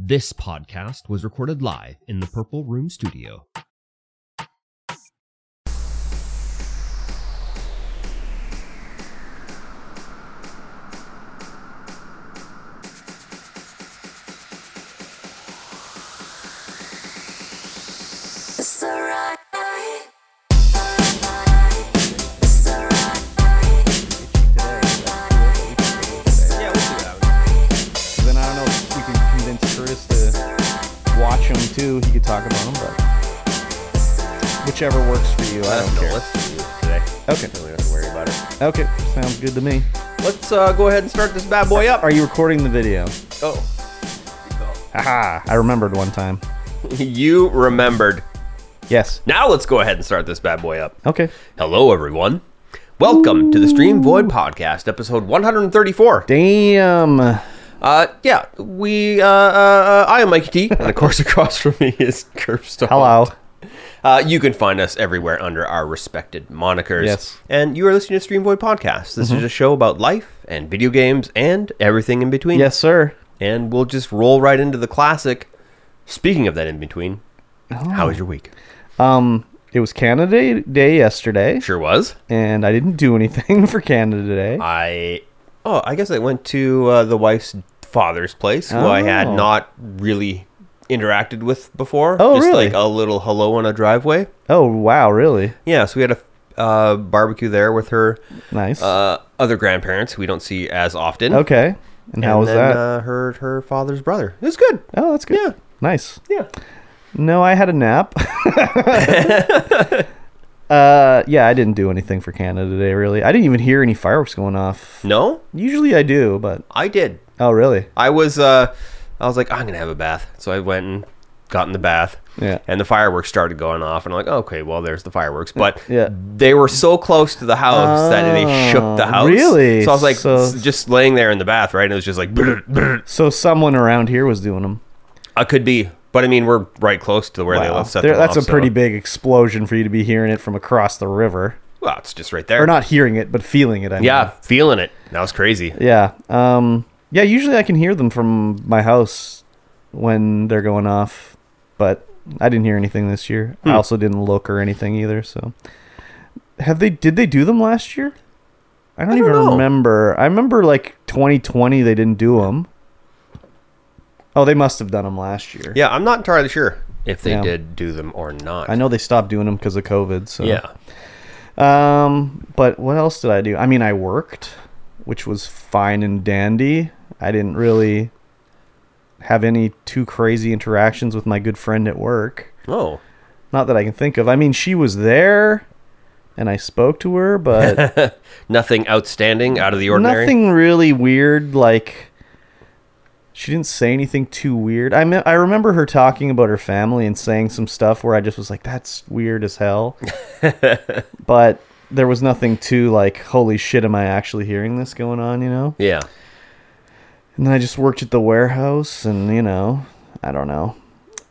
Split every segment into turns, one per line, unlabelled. This podcast was recorded live in the Purple Room Studio.
It's alright. It's alright.
Yeah, we'll do that. Then I don't know if we can convince Curtis to watch him too. He could talk about him, but whichever works for you. I
I
don't
don't know.
care.
Let's do it today.
Okay.
Don't have to worry about it.
Okay. Sounds good to me.
Let's uh, go ahead and start this bad boy up.
Are you recording the video?
Oh.
Haha! I remembered one time.
you remembered.
Yes.
Now let's go ahead and start this bad boy up.
Okay.
Hello, everyone. Welcome to the Stream Void Podcast, episode 134.
Damn.
Uh, yeah, we, uh, uh, I am Mike T, and of course, across from me is Curbstone.
Hello.
Uh, you can find us everywhere under our respected monikers.
Yes. Mm-hmm.
And you are listening to Stream Void Podcast. This is a show about life and video games and everything in between.
Yes, sir.
And we'll just roll right into the classic. Speaking of that in between, how
Oh.
was your week?
Um, it was Canada Day yesterday,
Sure was.
and I didn't do anything for Canada Day.
I, oh, I guess I went to uh, the wife's father's place, who I had
Oh.
not really interacted with before.
Oh,
just
really?
like a little hello on a driveway.
Oh wow, really?
Yeah, so we had a uh, barbecue there with her
Nice.
uh, other grandparents who we don't see as often.
okay. And how
Mm-hmm. and
was
then,
that?
Uh, her her father's brother. It was good.
oh, that's good.
yeah.
Nice.
Yeah.
No, I had a nap. uh, yeah, I didn't do anything for Canada Day. Really, I didn't even hear any fireworks going off.
No,
Usually, I do, but
I did.
oh, really?
I was uh, I was like, I'm gonna have a bath. So I went and got in the bath.
Yeah.
And the fireworks started going off, and I'm like, okay, well, there's the fireworks. But
Yeah.
they were so close to the house that they shook the
Oh,
house.
really?
So I was like,
So-
s- just laying there in the bath, right? And it was just like, brr, brr.
So someone around here was doing them.
I could be, but I mean, we're right close to where they let set
There-
them
that's
off,
a pretty
so-
big explosion for you to be hearing it from across the river,
Well, it's just right there.
or not hearing it, but feeling it. I
Yeah, feeling it. That was crazy.
mean. Yeah. Um. Yeah. Usually, I can hear them from my house when they're going off, but I didn't hear anything this year.
Hmm.
I also didn't look or anything either. So, have they? Did they do them last year? I don't,
I don't
even
know.
remember. I remember like 2020 they didn't do them. Oh, they must have done them last year.
Yeah, I'm not entirely sure if they
Yeah.
did do them or not.
I know they stopped doing them because of COVID. So
Yeah.
Um, but what else did I do? I mean, I worked, which was fine and dandy. I didn't really have any too crazy interactions with my good friend at work.
Oh.
Not that I can think of. I mean, she was there and I spoke to her, but
Nothing outstanding out of the ordinary.
nothing really weird like she didn't say anything too weird. I mean, I remember her talking about her family and saying some stuff where I just was like, "That's weird as hell," but there was nothing too like, "Holy shit, am I actually hearing this going on?" You know.
Yeah.
And then I just worked at the warehouse, and you know, I don't know.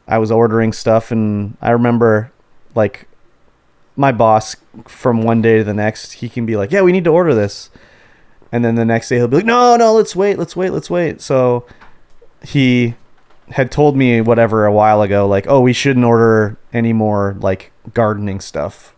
I was ordering stuff, and I remember, like, my boss from one day to the next, he can be like, "Yeah, we need to order this," and then the next day he'll be like, "No, no, let's wait, let's wait, let's wait." So he had told me whatever a while ago, like, "Oh, we shouldn't order any more like gardening stuff."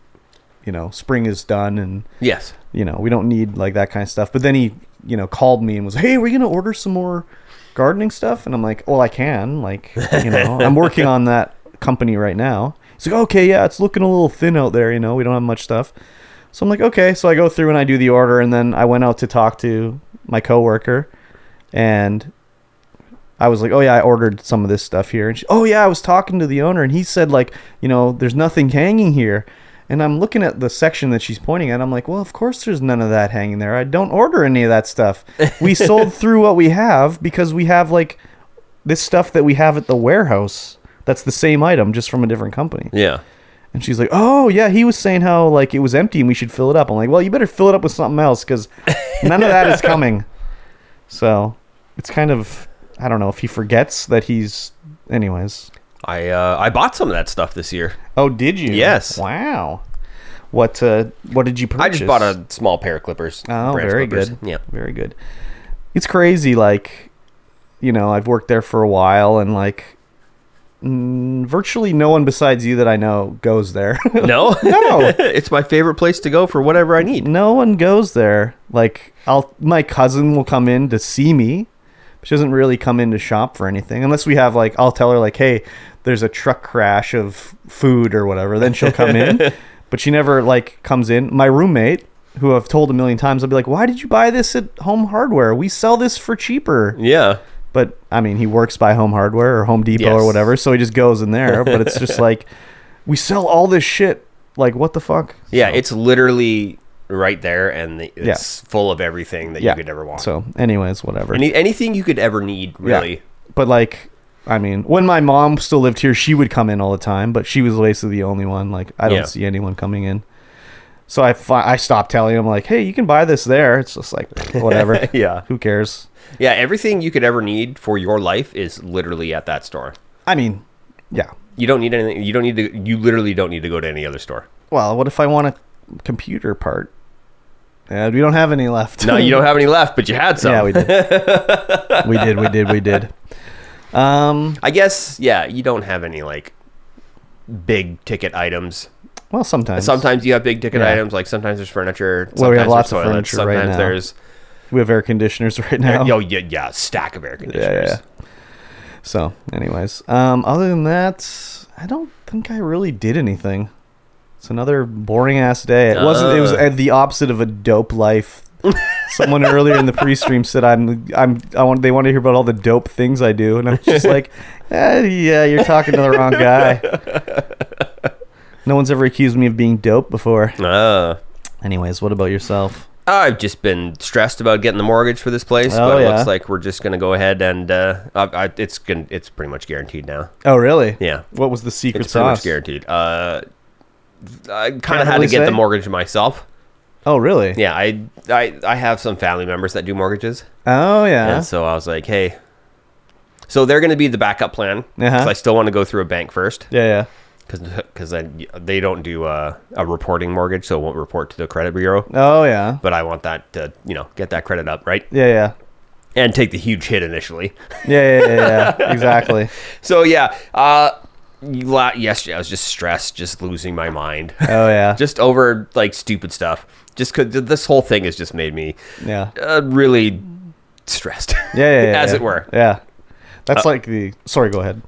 You know, spring is done, and
Yes.
you know, we don't need like that kind of stuff. But then he, you know, called me and was, hey, we're gonna order some more gardening stuff, and I'm like, well, I can, like, you know, I'm working on that company right now. He's like, okay, yeah, it's looking a little thin out there, you know, we don't have much stuff. So I'm like, okay, so I go through and I do the order, and then I went out to talk to my coworker, and I was like, oh yeah, I ordered some of this stuff here. And she, oh yeah, I was talking to the owner, and he said like, you know, there's nothing hanging here. And I'm looking at the section that she's pointing at. I'm like, well, of course there's none of that hanging there. I don't order any of that stuff. We sold through what we have because we have like this stuff that we have at the warehouse. That's the same item, just from a different company.
Yeah.
And she's like, "Oh yeah, he was saying how like it was empty and we should fill it up." I'm like, "Well, you better fill it up with something else because none of that is coming." So it's kind of I don't know if he forgets that he's. Anyways,
I uh, I bought some of that stuff this year.
oh, did you?
Yes.
Wow. What uh, what did you purchase?
I just bought a small pair of clippers.
Oh,
branch
very
clippers.
good.
Yeah.
very good. It's crazy, like you know, I've worked there for a while, and like, mm, virtually no one besides you that I know goes there.
No,
No.
it's my favorite place to go for whatever I need.
no one goes there. Like, I'll my cousin will come in to see me. She doesn't really come in to shop for anything unless we have like I'll tell her like, hey, there's a truck crash of food or whatever. Then she'll come in, but she never like comes in. My roommate, who I've told a million times, I'll be like, why did you buy this at Home Hardware? We sell this for cheaper.
Yeah,
but I mean, he works by Home Hardware or Home Depot
Yes.
or whatever, so he just goes in there. But it's just like, we sell all this shit. Like, what the fuck?
yeah, it's literally right there, and the, it's full of everything that
Yeah.
you could ever want.
So, anyways, whatever.
Any, anything you could ever need,
Yeah.
really.
But like, I mean, when my mom still lived here, she would come in all the time, but she was basically the only one. Like, I don't
Yeah.
see anyone coming in. So I, fi- I stopped telling him like, hey, you can buy this there. It's just like whatever.
Yeah.
Who cares?
yeah, everything you could ever need for your life is literally at that store.
I mean, yeah.
You don't need anything. You don't need to. You literally don't need to go to any other store.
Well, what if I want a computer part? And we don't have any left.
No, you don't have any left, but you had some.
Yeah, we did. we did. We did. We did. Um.
I guess. Yeah, you don't have any like big ticket items.
Well, sometimes.
Sometimes you have big ticket
Yeah.
items. Like sometimes there's furniture. Sometimes
Well, we have
there's
lots of
toilets,
furniture right
Sometimes
now.
there's
we have air conditioners right now.
Yo, yeah, yeah, stack of air
yeah,
conditioners.
yeah. yeah. So, anyways, um, other than that, I don't think I really did anything. It's another boring ass day. It wasn't. It was
Uh.
uh, the opposite of a dope life. Someone earlier in the pre-stream said I'm I'm I want they want to hear about all the dope things I do, and I'm just like, eh, yeah, you're talking to the wrong guy. No one's ever accused me of being dope before.
Uh,
Anyways, what about yourself?
I've just been stressed about getting the mortgage for this place,
Oh,
but it
yeah.
looks like we're just gonna go ahead and uh, I, I, it's gonna, it's pretty much guaranteed now.
Oh, really?
Yeah,
What was the secret
it's pretty much
sauce?
guaranteed. Uh, I kind
Can't
of had
really
to get
say?
the mortgage myself.
Oh, really?
Yeah, I, I, I have some family members that do mortgages,
Oh, yeah.
and so I was like, hey. So they're going to be the backup plan because
Uh-huh.
I still want to go through a bank first
Yeah, yeah.
because then they don't do uh, a reporting mortgage, so it won't report to the credit bureau.
Oh, yeah.
but I want that to, you know, get that credit up, right?
Yeah, yeah.
And take the huge hit initially.
Yeah, yeah, yeah, yeah. exactly.
So yeah, uh you la- yesterday I was just stressed, just losing my mind.
Oh yeah,
just over like stupid stuff. Just cuz this whole thing has just made me
yeah, yeah,
uh, really stressed.
yeah, yeah,
as
yeah.
it were. Uh,
Yeah, that's like the. Sorry, go ahead.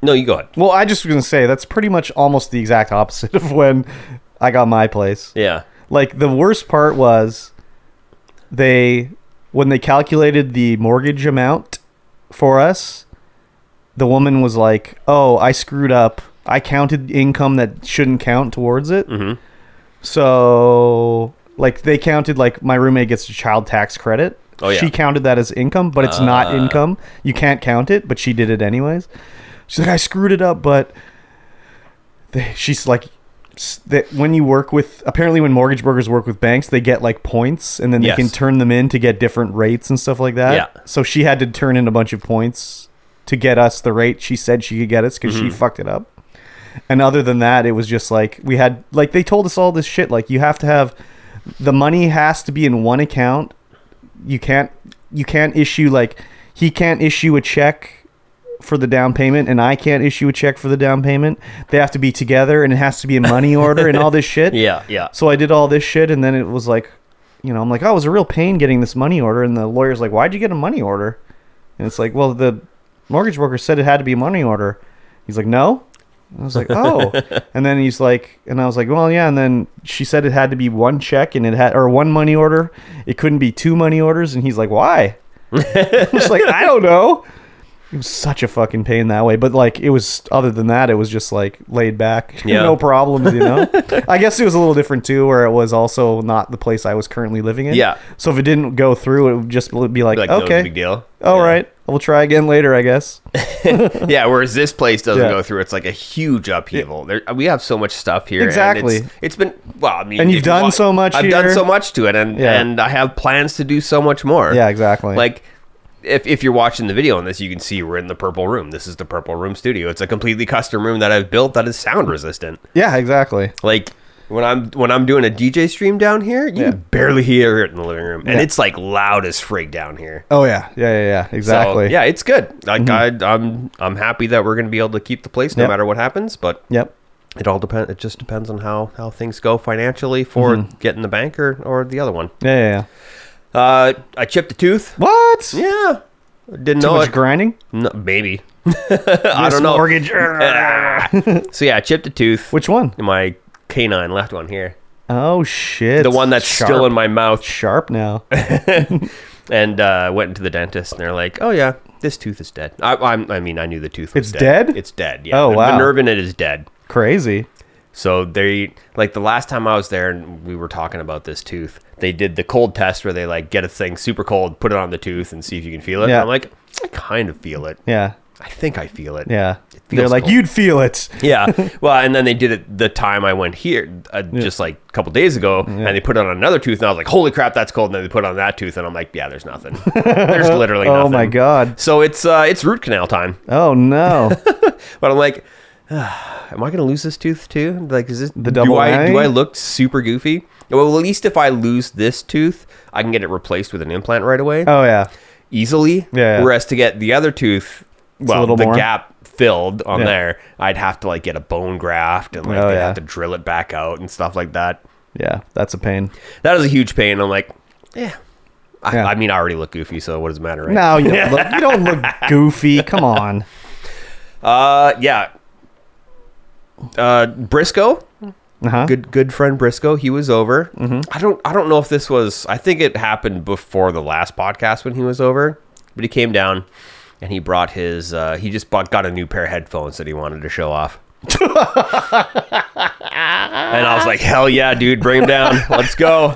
No, you go ahead.
Well, I just was gonna say that's pretty much almost the exact opposite of when I got my place.
Yeah.
Like the worst part was they when they calculated the mortgage amount for us, the woman was like, "Oh, I screwed up. I counted income that shouldn't count towards it."
Mhm.
So, like they counted like my roommate gets a child tax credit.
Oh, yeah.
She counted that as income, but it's not
Uh.
income. You can't count it, but she did it anyways. She's like, "I screwed it up, but they, she's like s- that when you work with apparently when mortgage brokers work with banks they get like points and then they
Yes.
can turn them in to get different rates and stuff like that
Yeah.
so she had to turn in a bunch of points to get us the rate she said she could get us because
Mm-hmm.
she fucked it up and other than that it was just like we had like they told us all this shit like you have to have the money has to be in one account you can't you can't issue like he can't issue a check for the down payment and I can't issue a check for the down payment. They have to be together and it has to be in money order and all this shit.
Yeah, yeah.
So I did all this shit and then it was like, you know, I'm like, oh, it was a real pain getting this money order. And the lawyer's like, why'd you get a money order? And it's like, well, the mortgage broker said it had to be a money order. He's like, no. And I was like, oh. and then he's like, and I was like, well, yeah. And then she said it had to be one check and it had, or one money order. It couldn't be two money orders. And he's like, why? I was like, I don't know. It was such a fucking pain that way. But like, it was, other than that, it was just like laid back.
Yeah.
no problems, you know? I guess it was a little different too, where it was also not the place I was currently living in.
Yeah.
So if it didn't go through, it would just be like,
Like no
okay.
big deal.
All
yeah.
right. We'll try again later, I guess.
Yeah, whereas this place doesn't
Yeah.
go through it's like a huge upheaval. There, we have so much stuff here. and
Exactly.
it's- it's been well, I mean,
And you've
if you
done
want-
so much
I've done
here.
so much to it, and
Yeah.
and I have plans to do so much more.
Yeah, exactly.
Like, if if you're watching the video on this, you can see we're in the purple room. This is the purple room studio. It's a completely custom room that I've built that is sound resistant.
yeah, exactly.
Like, When I'm when I'm doing a DJ stream down here, you
Yeah.
can barely hear it in the living room, and
Yeah.
it's like loud as frig down here.
Oh yeah, yeah, yeah, yeah. Exactly. Mm-hmm.
So, yeah, it's good. Like I, I'm I'm happy that we're gonna be able to keep the place no
Yep.
matter what happens, but
Yep.
it all depend. It just depends on how how things go financially for
Mm-hmm.
getting the bank or, or the other one.
Yeah, yeah. yeah.
Uh, I chipped a tooth.
What?
Yeah, didn't
Too
know
much
it.
grinding.
No, maybe I don't know.
Mortgage.
So yeah, I chipped a tooth.
Which one?
my canine left one here,
Oh shit.
the one that's still in my mouth,
sharp now.
and uh, went into the dentist, and they're like, "Oh yeah, this tooth is dead." I, I'm, I mean, I knew the tooth was
It's dead?
It's dead. Yeah.
Oh,
The-
wow.
The nerve in it is dead.
Crazy.
So they like the last time I was there and we were talking about this tooth. They did the cold test where they like get a thing super cold, put it on the tooth, and see if you can feel it.
Yeah.
And I'm like, I kind of feel it.
Yeah.
I think I feel it.
Yeah.
feels
They're like
cold.
you'd feel it.
yeah. Well, and then they did it the time I went here, uh, just like a couple days ago, and they put it on another tooth, and I was like, "Holy crap, that's cold!" And then they put it on that tooth, and I'm like, "Yeah, there's nothing. there's literally nothing."
Oh my god.
So it's uh, it's root canal time.
Oh no.
But I'm like, am I gonna lose this tooth too? Like, is this the
double
Do I, do
A?
I look super goofy? Well, at least if I lose this tooth, I can get it replaced with an implant right away,
oh yeah.
easily.
Yeah.
Whereas to get the other tooth, well,
little
the
more.
gap filled on
Yeah.
there, I'd have to like get a bone graft and like
Oh,
they'd
yeah.
have to drill it back out and stuff like that.
Yeah. That's a pain.
That is a huge pain. I'm like, yeah. I,
Yeah.
I mean, I already look goofy, so what does it matter, right?
No, you don't look, you don't look goofy. Come on.
Uh, yeah. Uh, Briscoe,
Uh-huh.
good good friend Briscoe, he was over. I don't I don't know if this was I think it happened before the last podcast when he was over, but he came down and he brought his uh, he just bought got a new pair of headphones that he wanted to show off. and I was like, "Hell yeah, dude! Bring them down. Let's go."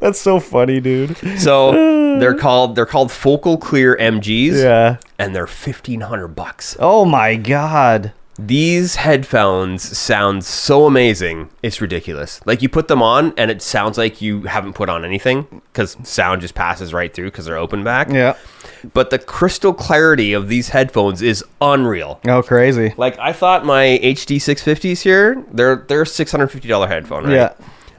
That's so funny, dude.
So they're called they're called Focal Clear MGs,
Yeah.
and they're fifteen hundred bucks.
Oh my god.
These headphones sound so amazing. It's ridiculous. Like you put them on and it sounds like you haven't put on anything cuz sound just passes right through cuz they're open back.
Yeah.
But the crystal clarity of these headphones is unreal.
Oh crazy.
Like I thought my HD 650s here, they're they're a $650 headphone, right?
Yeah.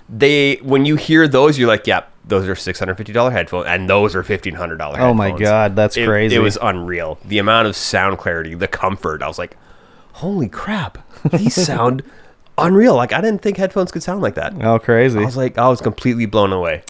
They when you hear those you're like, "Yep, those are $650 headphones and those are $1500 headphones."
Oh my god, that's
It-
crazy.
It was unreal. The amount of sound clarity, the comfort. I was like, holy crap, these sound unreal. Like I didn't think headphones could sound like that.
Oh crazy.
I was like, I was completely blown away.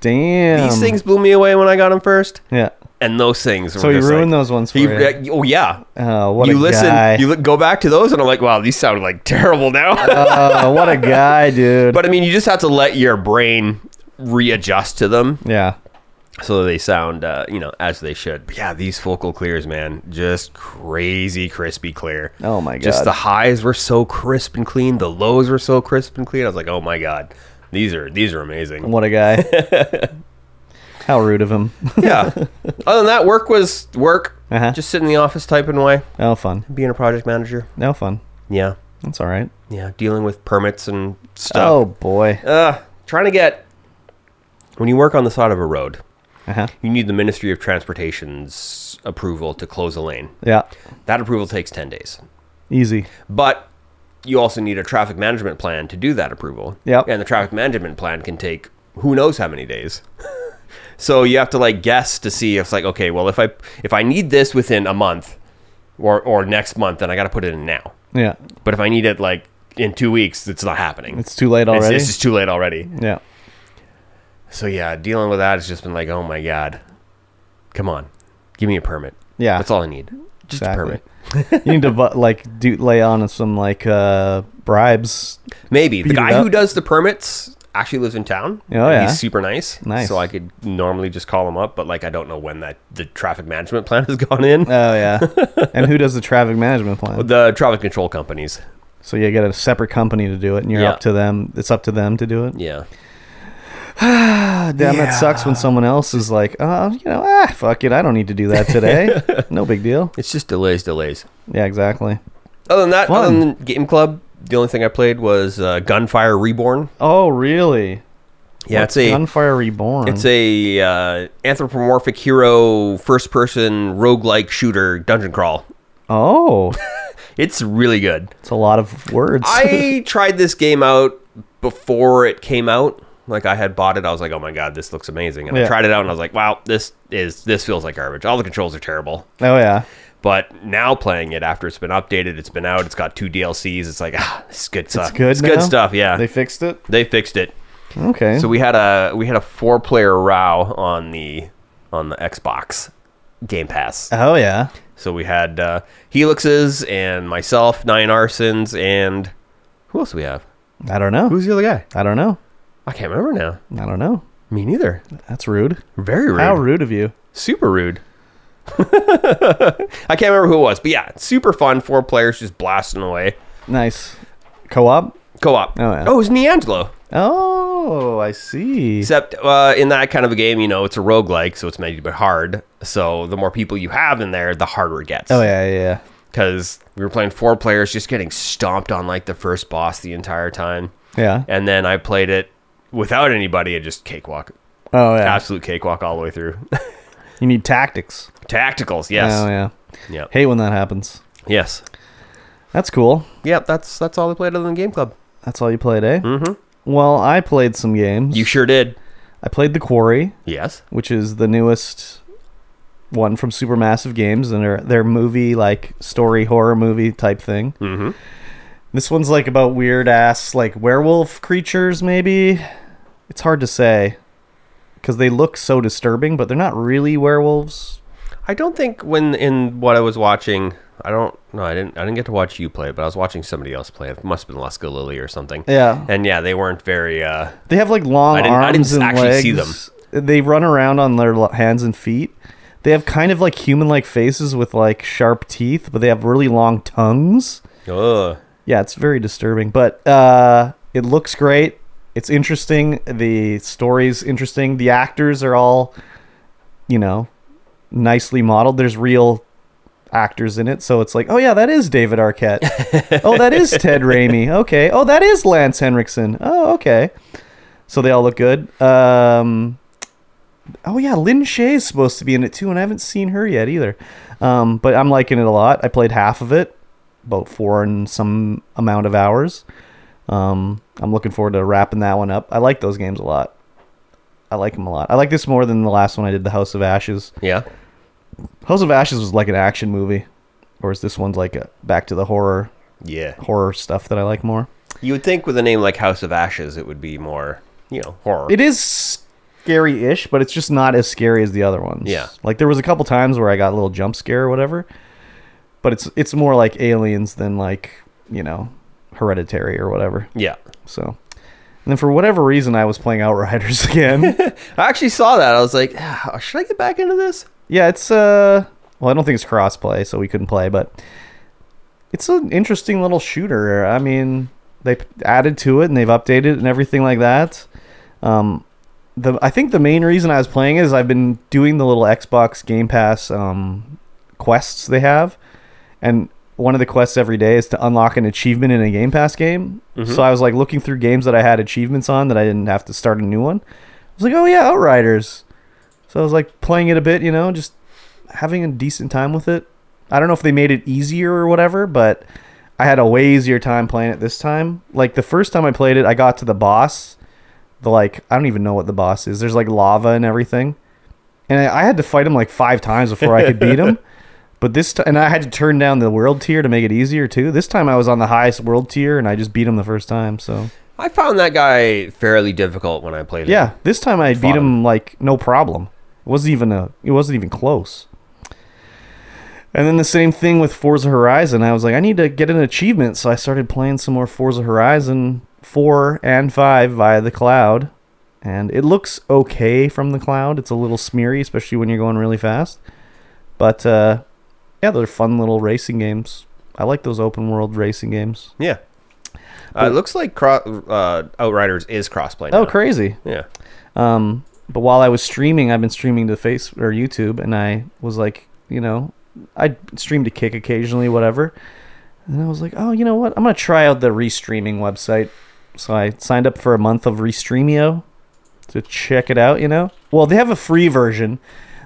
Damn.
These things blew me away when I got them first,
Yeah.
and those things.
So
were
he
just
ruined
like-
those ones for
He,
you.
yeah, oh yeah.
Oh, what
you
a
listen.
guy.
You look, go back to those, and I'm like, wow, these sound like terrible now.
oh, what a guy, dude.
but I mean, you just have to let your brain readjust to them
yeah.
so they sound uh, you know as they should. But yeah, these focal clears, man, just crazy crispy clear.
Oh my
Just
God.
the highs were so crisp and clean, the lows were so crisp and clean. I was like, oh my god, these are these are amazing.
What a guy. How rude of him.
yeah. Other than that, work was work.
Uh-huh.
Just sitting in the office typing away,
no fun.
being a project manager.
No fun.
Yeah,
That's all right.
yeah, dealing with permits and
Oh
stuff.
boy.
Uh, trying to get when you work on the side of a road,
Uh-huh.
you need the Ministry of Transportation's approval to close a lane.
Yeah.
That approval takes 10 days.
Easy.
But you also need a traffic management plan to do that approval.
Yep.
And the traffic management plan can take who knows how many days. so you have to like guess to see if it's like, okay, well if I if I need this within a month or or next month, then I gotta put it in now.
Yeah.
But if I need it like in two weeks, it's not happening.
It's too late
It's-
already.
It's just too late already.
yeah.
So yeah, dealing with that has just been like, oh my god, come on, give me a permit.
Yeah.
that's all I need. Just a
Exactly.
permit.
you need to bu- like do lay on some like uh bribes.
Maybe the
Beat it
guy who
up.
does the permits actually lives in town.
Oh,
and
yeah.
he's super nice.
Nice.
So I could normally just call him up, but like I don't know when that the traffic management plan has gone in.
Oh yeah. and who does the traffic management plan?
the traffic control companies.
So you get a separate company to do it and you're
Yeah.
up to them. It's up to them to do it.
Yeah.
God damn, that sucks when someone else is like, "Oh, you know, ah, fuck it. I don't need to do that today. no big deal."
It's just delays, delays.
Yeah, exactly.
Other than that, other
Fun.
than game club, the only thing I played was uh, Gunfire Reborn.
Oh, really?
Yeah,
What's
it's a
Gunfire Reborn.
It's a uh, anthropomorphic hero, first person, roguelike shooter, dungeon crawl.
oh,
It's really good.
it's a lot of words.
I tried this game out before it came out. Like I had bought it, I was like, "Oh my god, this looks amazing!" And I
Yeah.
tried it out, and I was like, "Wow, this is this feels like garbage. All the controls are terrible."
Oh yeah.
But now playing it after it's been updated, it's been out, it's got two DLCs. It's like, ah, this is good stuff.
It's good.
It's good
now?
stuff. Yeah,
They
they,
fixed it.
fixed it.
Okay.
So we had a we had a four player row on the on the Xbox Game Pass.
oh yeah.
So we had uh, Helixes and myself, Nine Arsons, and who else do we have?
I don't know.
Who's the other guy?
I don't know.
I can't remember now.
I don't know.
Me neither.
That's rude.
Very rude.
How rude of you.
Super rude. I can't remember who it was, but yeah, super fun. Four players just blasting away.
Nice. Co-op.
Co-op.
Oh, yeah.
oh it was Neangelo.
Oh, I see.
Except uh, in that kind of a game, you know, it's a roguelike, so it's made a bit hard. So the more people you have in there, the harder it gets.
Oh yeah, yeah, yeah.
Because we were playing four players, just getting stomped on like the first boss the entire time.
Yeah.
And then I played it without anybody and just cakewalk.
Oh yeah.
Absolute cakewalk all the way through.
You need tactics.
Tacticals, yes.
Oh yeah.
Yep.
Hate when that happens.
Yes.
That's cool.
Yep, that's that's all I played other than Game Club.
That's all you played, eh? Mm-hmm. Well, I played some games.
You sure did.
I played The Quarry,
Yes.
which is the newest one from Supermassive Games and their their movie like story horror movie type thing. Mm-hmm. This one's like about weird ass like werewolf creatures. Maybe it's hard to say because they look so disturbing, but they're not really werewolves.
I don't think when in what I was watching, I don't no, I didn't I didn't get to watch you play it, but I was watching somebody else play it. it must have been Leska Lily or something.
Yeah.
And yeah, they weren't very uh
They have like long
I didn't- I
arms
didn't
and
actually
legs.
see
They run around on their lo- hands and feet. They have kind of like human-like faces with like sharp teeth, but they have really long tongues.
ugh.
Yeah, it's very disturbing, but uh, it looks great. It's interesting. The story's interesting. The actors are all, you know, nicely modeled. There's real actors in it, so it's like, oh yeah, that is David Arquette. oh, that is Ted Raimi. Okay. Oh, that is Lance Henriksen. Oh, okay. So they all look good. Um, oh yeah, Lynn Shay's supposed to be in it too, and I haven't seen her yet either. Um, but I'm liking it a lot. I played half of it, about four and some amount of hours. Um, I'm looking forward to wrapping that one up. I like those games a lot. I like them a lot. I like this more than the last one I did, the House of Ashes.
Yeah.
House of Ashes was like an action movie, whereas this one's like a back to the horror
Yeah.
horror stuff that I like more.
You would think with a name like House of Ashes it would be more, you know, horror.
It is scary-ish, but it's just not as scary as the other ones.
Yeah.
Like there was a couple times where I got a little jump scare or whatever, but it's it's more like aliens than like you know hereditary or whatever.
yeah.
So, and then for whatever reason, I was playing Outriders again.
I actually saw that. I was like, "Ah, should I get back into this?
yeah, it's uh, well, I don't think it's crossplay, so we couldn't play, but it's an interesting little shooter. I mean, they p- added to it and they've updated it and everything like that. Um, the I think the main reason I was playing is I've been doing the little Xbox Game Pass um quests they have, and one of the quests every day is to unlock an achievement in a Game Pass game. So I was like looking through games that I had achievements on that I didn't have to start a new one. I was like, oh yeah, Outriders. So I was like playing it a bit, you know, just having a decent time with it. I don't know if they made it easier or whatever, but I had a way easier time playing it this time. Like the first time I played it, I got to the boss. The like I don't even know what the boss is. There's like lava and everything. And I, I had to fight him like five times before I could beat him. But this time, and I had to turn down the world tier to make it easier too. This time I was on the highest world tier, and I just beat him the first time. So
I found that guy fairly difficult when I played it.
yeah, this time I beat
Fought
him like no problem. It wasn't even a. It wasn't even close. And then the same thing with Forza Horizon. I was like, I need to get an achievement, so I started playing some more Forza Horizon four and five via the cloud, and it looks okay from the cloud. It's a little smeary, especially when you're going really fast. But uh, yeah, they're fun little racing games. I like those open world racing games.
Yeah. Uh, it looks like cro- uh, Outriders is crossplay.
Oh,
now.
crazy!
Yeah.
Um, but while I was streaming, I've been streaming to Face or YouTube, and I was like, you know, I stream to Kick occasionally, whatever. And I was like, oh, you know what? I'm gonna try out the restreaming website. So I signed up for a month of Restreamio to check it out. You know, well, they have a free version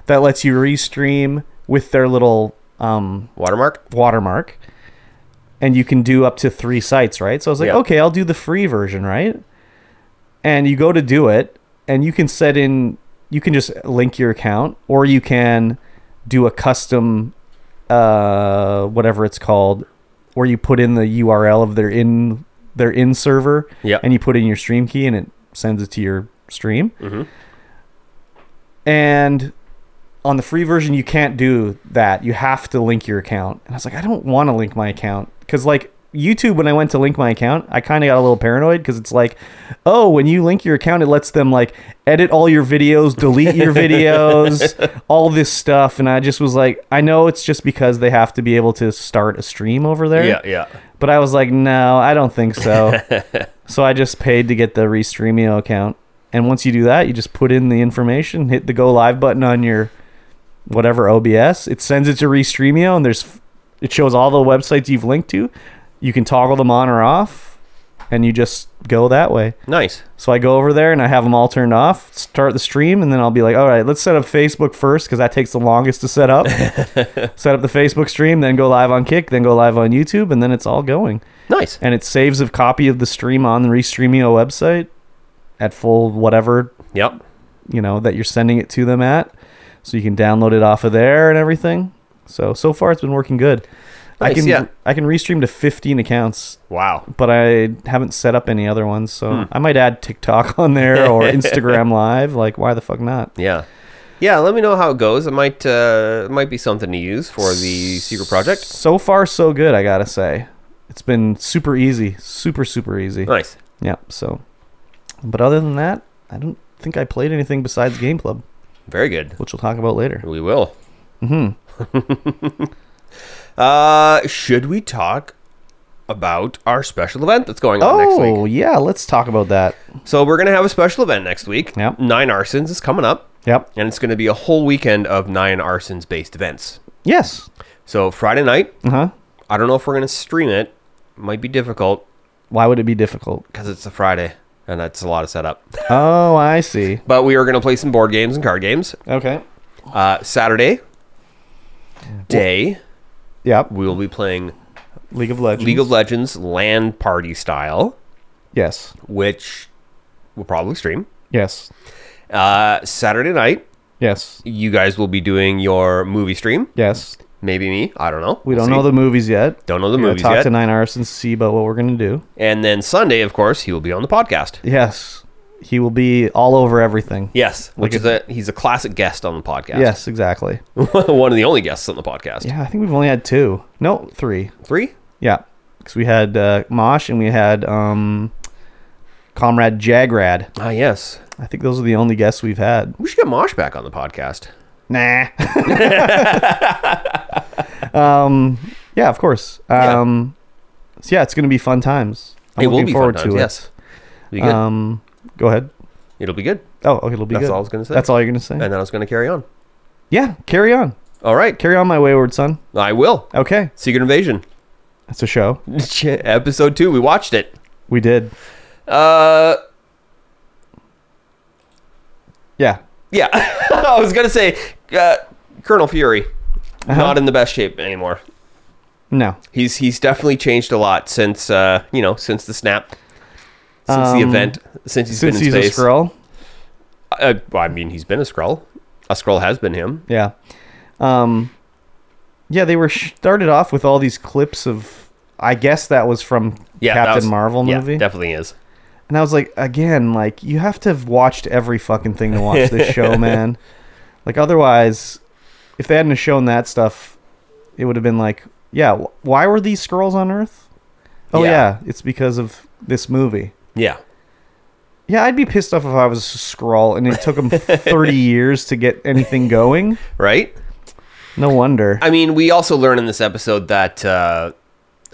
that lets you restream with their little um,
Watermark?
watermark and you can do up to three sites right so i was like
Yeah.
okay i'll do the free version right and you go to do it and you can set in you can just link your account or you can do a custom uh whatever it's called where you put in the url of their in their in server
Yep.
and you put in your stream key and it sends it to your stream and on the free version you can't do that you have to link your account and i was like i don't want to link my account because like youtube when i went to link my account i kind of got a little paranoid because it's like oh when you link your account it lets them like edit all your videos delete your videos all this stuff and i just was like i know it's just because they have to be able to start a stream over there
Yeah, yeah.
but i was like no i don't think so so i just paid to get the restreamio account and once you do that you just put in the information hit the go live button on your whatever OBS. It sends it to Restreamio, and there's it shows all the websites you've linked to. You can toggle them on or off, and you just go that way.
Nice.
So I go over there and I have them all turned off, start the stream, and then I'll be like, all right, let's set up Facebook first because that takes the longest to set up. set up the Facebook stream, then go live on Kick, then go live on YouTube, and then it's all going.
Nice.
And it saves a copy of the stream on the Restreamio website at full whatever
Yep.
you know that you're sending it to them at so you can download it off of there and everything so so far it's been working good i
Nice,
can
yeah.
i can restream to 15 accounts
Wow.
but i haven't set up any other ones so
Hmm.
i might add tiktok on there or instagram live like why the fuck not
Yeah. Yeah, let me know how it goes. It might uh, it might be something to use for the secret project.
so far so good i gotta say it's been super easy super super easy
Nice.
yeah so but other than that i don't think i played anything besides game club
Very good.
which we'll talk about later
We will. Mm-hmm. uh, should we talk about our special event that's going on next
oh
week?
yeah let's talk about that
So we're gonna have a special event next week.
Yep.
Nine arsons is coming up,
yep
and it's gonna be a whole weekend of nine arsons based events.
yes
So Friday night,
uh-huh
I don't know if we're gonna stream it. Might be difficult
Why would it be difficult?
because it's a Friday, and that's a lot of setup.
Oh, I see.
But we are gonna play some board games and card games.
Okay.
Uh, Saturday day,
Yep.
we will be playing
League of Legends.
League of Legends LAN party style.
Yes.
which will probably stream.
Yes.
Uh, Saturday night,
Yes.
you guys will be doing your movie stream.
Yes.
Maybe me. I don't know.
We don't
We'll
know
see.
the movies yet.
Don't know the
We're gonna
movies
talk
yet.
to Nine Hours and see about what we're gonna do.
And then Sunday, of course, he will be on the podcast.
Yes. He will be all over everything.
Yes, which
Like
is a he's a classic guest on the podcast.
Yes, exactly.
one of the only guests on the podcast.
Yeah, I think we've only had two. No, three.
Three.
Yeah, because we had uh, Mosh and we had um, Comrade Jagrad.
Ah, yes.
I think those are the only guests we've had.
We should get Mosh back on the podcast.
Nah. um, yeah, of course.
Yeah.
Um, yeah. So yeah, it's going to be fun times. I'm
it will
looking
be
forward
fun times,
to it.
Yes, It'll be good.
Um, go ahead.
It'll be good.
Oh, okay, it'll be
That's
good.
all I was gonna say.
That's all you're going to say.
And then I was going to carry on.
yeah, carry on.
All right,
Carry on, my wayward son.
I will.
Okay,
Secret Invasion,
that's a show.
episode two. We watched it.
We did.
Uh,
Yeah.
Yeah, I was gonna say uh, Colonel Fury,
Uh-huh.
not in the best shape anymore.
No.
He's he's definitely changed a lot since uh, you know since the snap, since the
Um,
event, since he's
Since
been in
he's
space.
a scroll.
Uh, well, I mean, he's been a scroll. A scroll has been him.
Yeah. Um, yeah, they were sh- started off with all these clips of. I guess that was from
Yeah, that
Captain
was-
Marvel
yeah,
movie.
definitely is.
And I was like, again, like you have to have watched every fucking thing to watch this show, man. Like otherwise, if they hadn't have shown that stuff, it would have been like, yeah, wh- why were these squirrels on Earth? Oh
Yeah.
yeah. it's because of this movie.
Yeah,
Yeah, I'd be pissed off if I was a scroll and it took them 30 years to get anything going.
right.
No wonder.
I mean, we also learn in this episode that uh,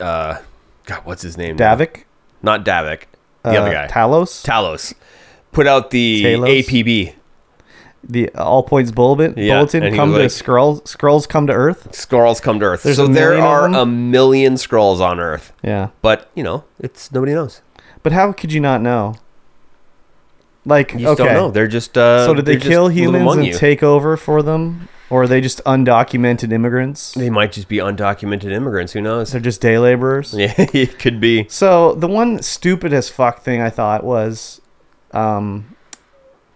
uh, God, what's his name? now?
Davik,
not Davik, the
uh,
other guy,
Talos,
Talos, put out the
Talos?
APB
the All Points Bulletin,
Yeah, and
bulletin
he
come
was
to
like-
Skrulls, Skrulls come to Earth.
Skrulls come to Earth.
There's
so
a
there
million of
are
them?
a million scrolls on Earth.
Yeah.
But, you know, it's nobody knows.
But how could you not know? Like,
You just
okay.
don't know. They're just uh
so did they
they're just
kill
live
humans
among
and
you.
take over for them, or are they just undocumented immigrants?
They might just be undocumented immigrants, who knows?
They're just day laborers.
Yeah, it could be.
So the one stupid as fuck thing I thought was, um,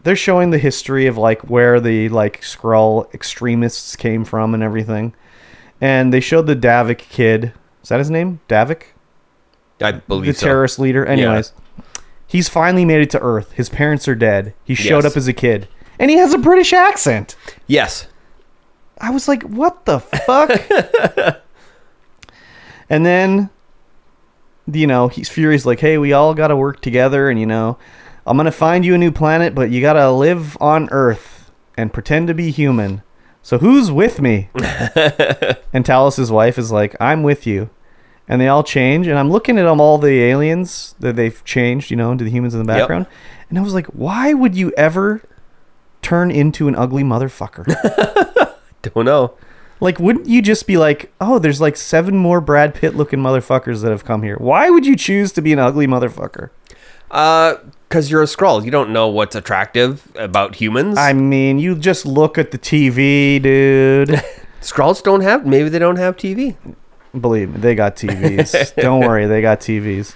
they're showing the history of like where the like Skrull extremists came from and everything. And they showed the Davik kid. Is that his name? Davik?
I
The
believe so.
terrorist leader. Anyways. He's finally made it to Earth. His parents are dead. He showed
Yes.
up as a kid. And he has a British accent.
Yes.
I was like, what the fuck? and then, you know, he's furious, like, hey, we all got to work together, and, you know, I'm going to find you a new planet, but you got to live on Earth and pretend to be human. So who's with me? and Talos' wife is like, I'm with you. And they all change, and I'm looking at them, all the aliens that they've changed, you know, into the humans in the
Yep.
background. And I was like, why would you ever turn into an ugly motherfucker?
Don't know.
Like, wouldn't you just be like, oh, there's like seven more Brad Pitt looking motherfuckers that have come here? Why would you choose to be an ugly motherfucker?
Because Uh, you're a scroll. You don't know what's attractive about humans.
I mean, you just look at the TV, dude.
Skrulls don't have. Maybe they don't have TV.
Believe me, they got TVs. Don't worry, they got TVs.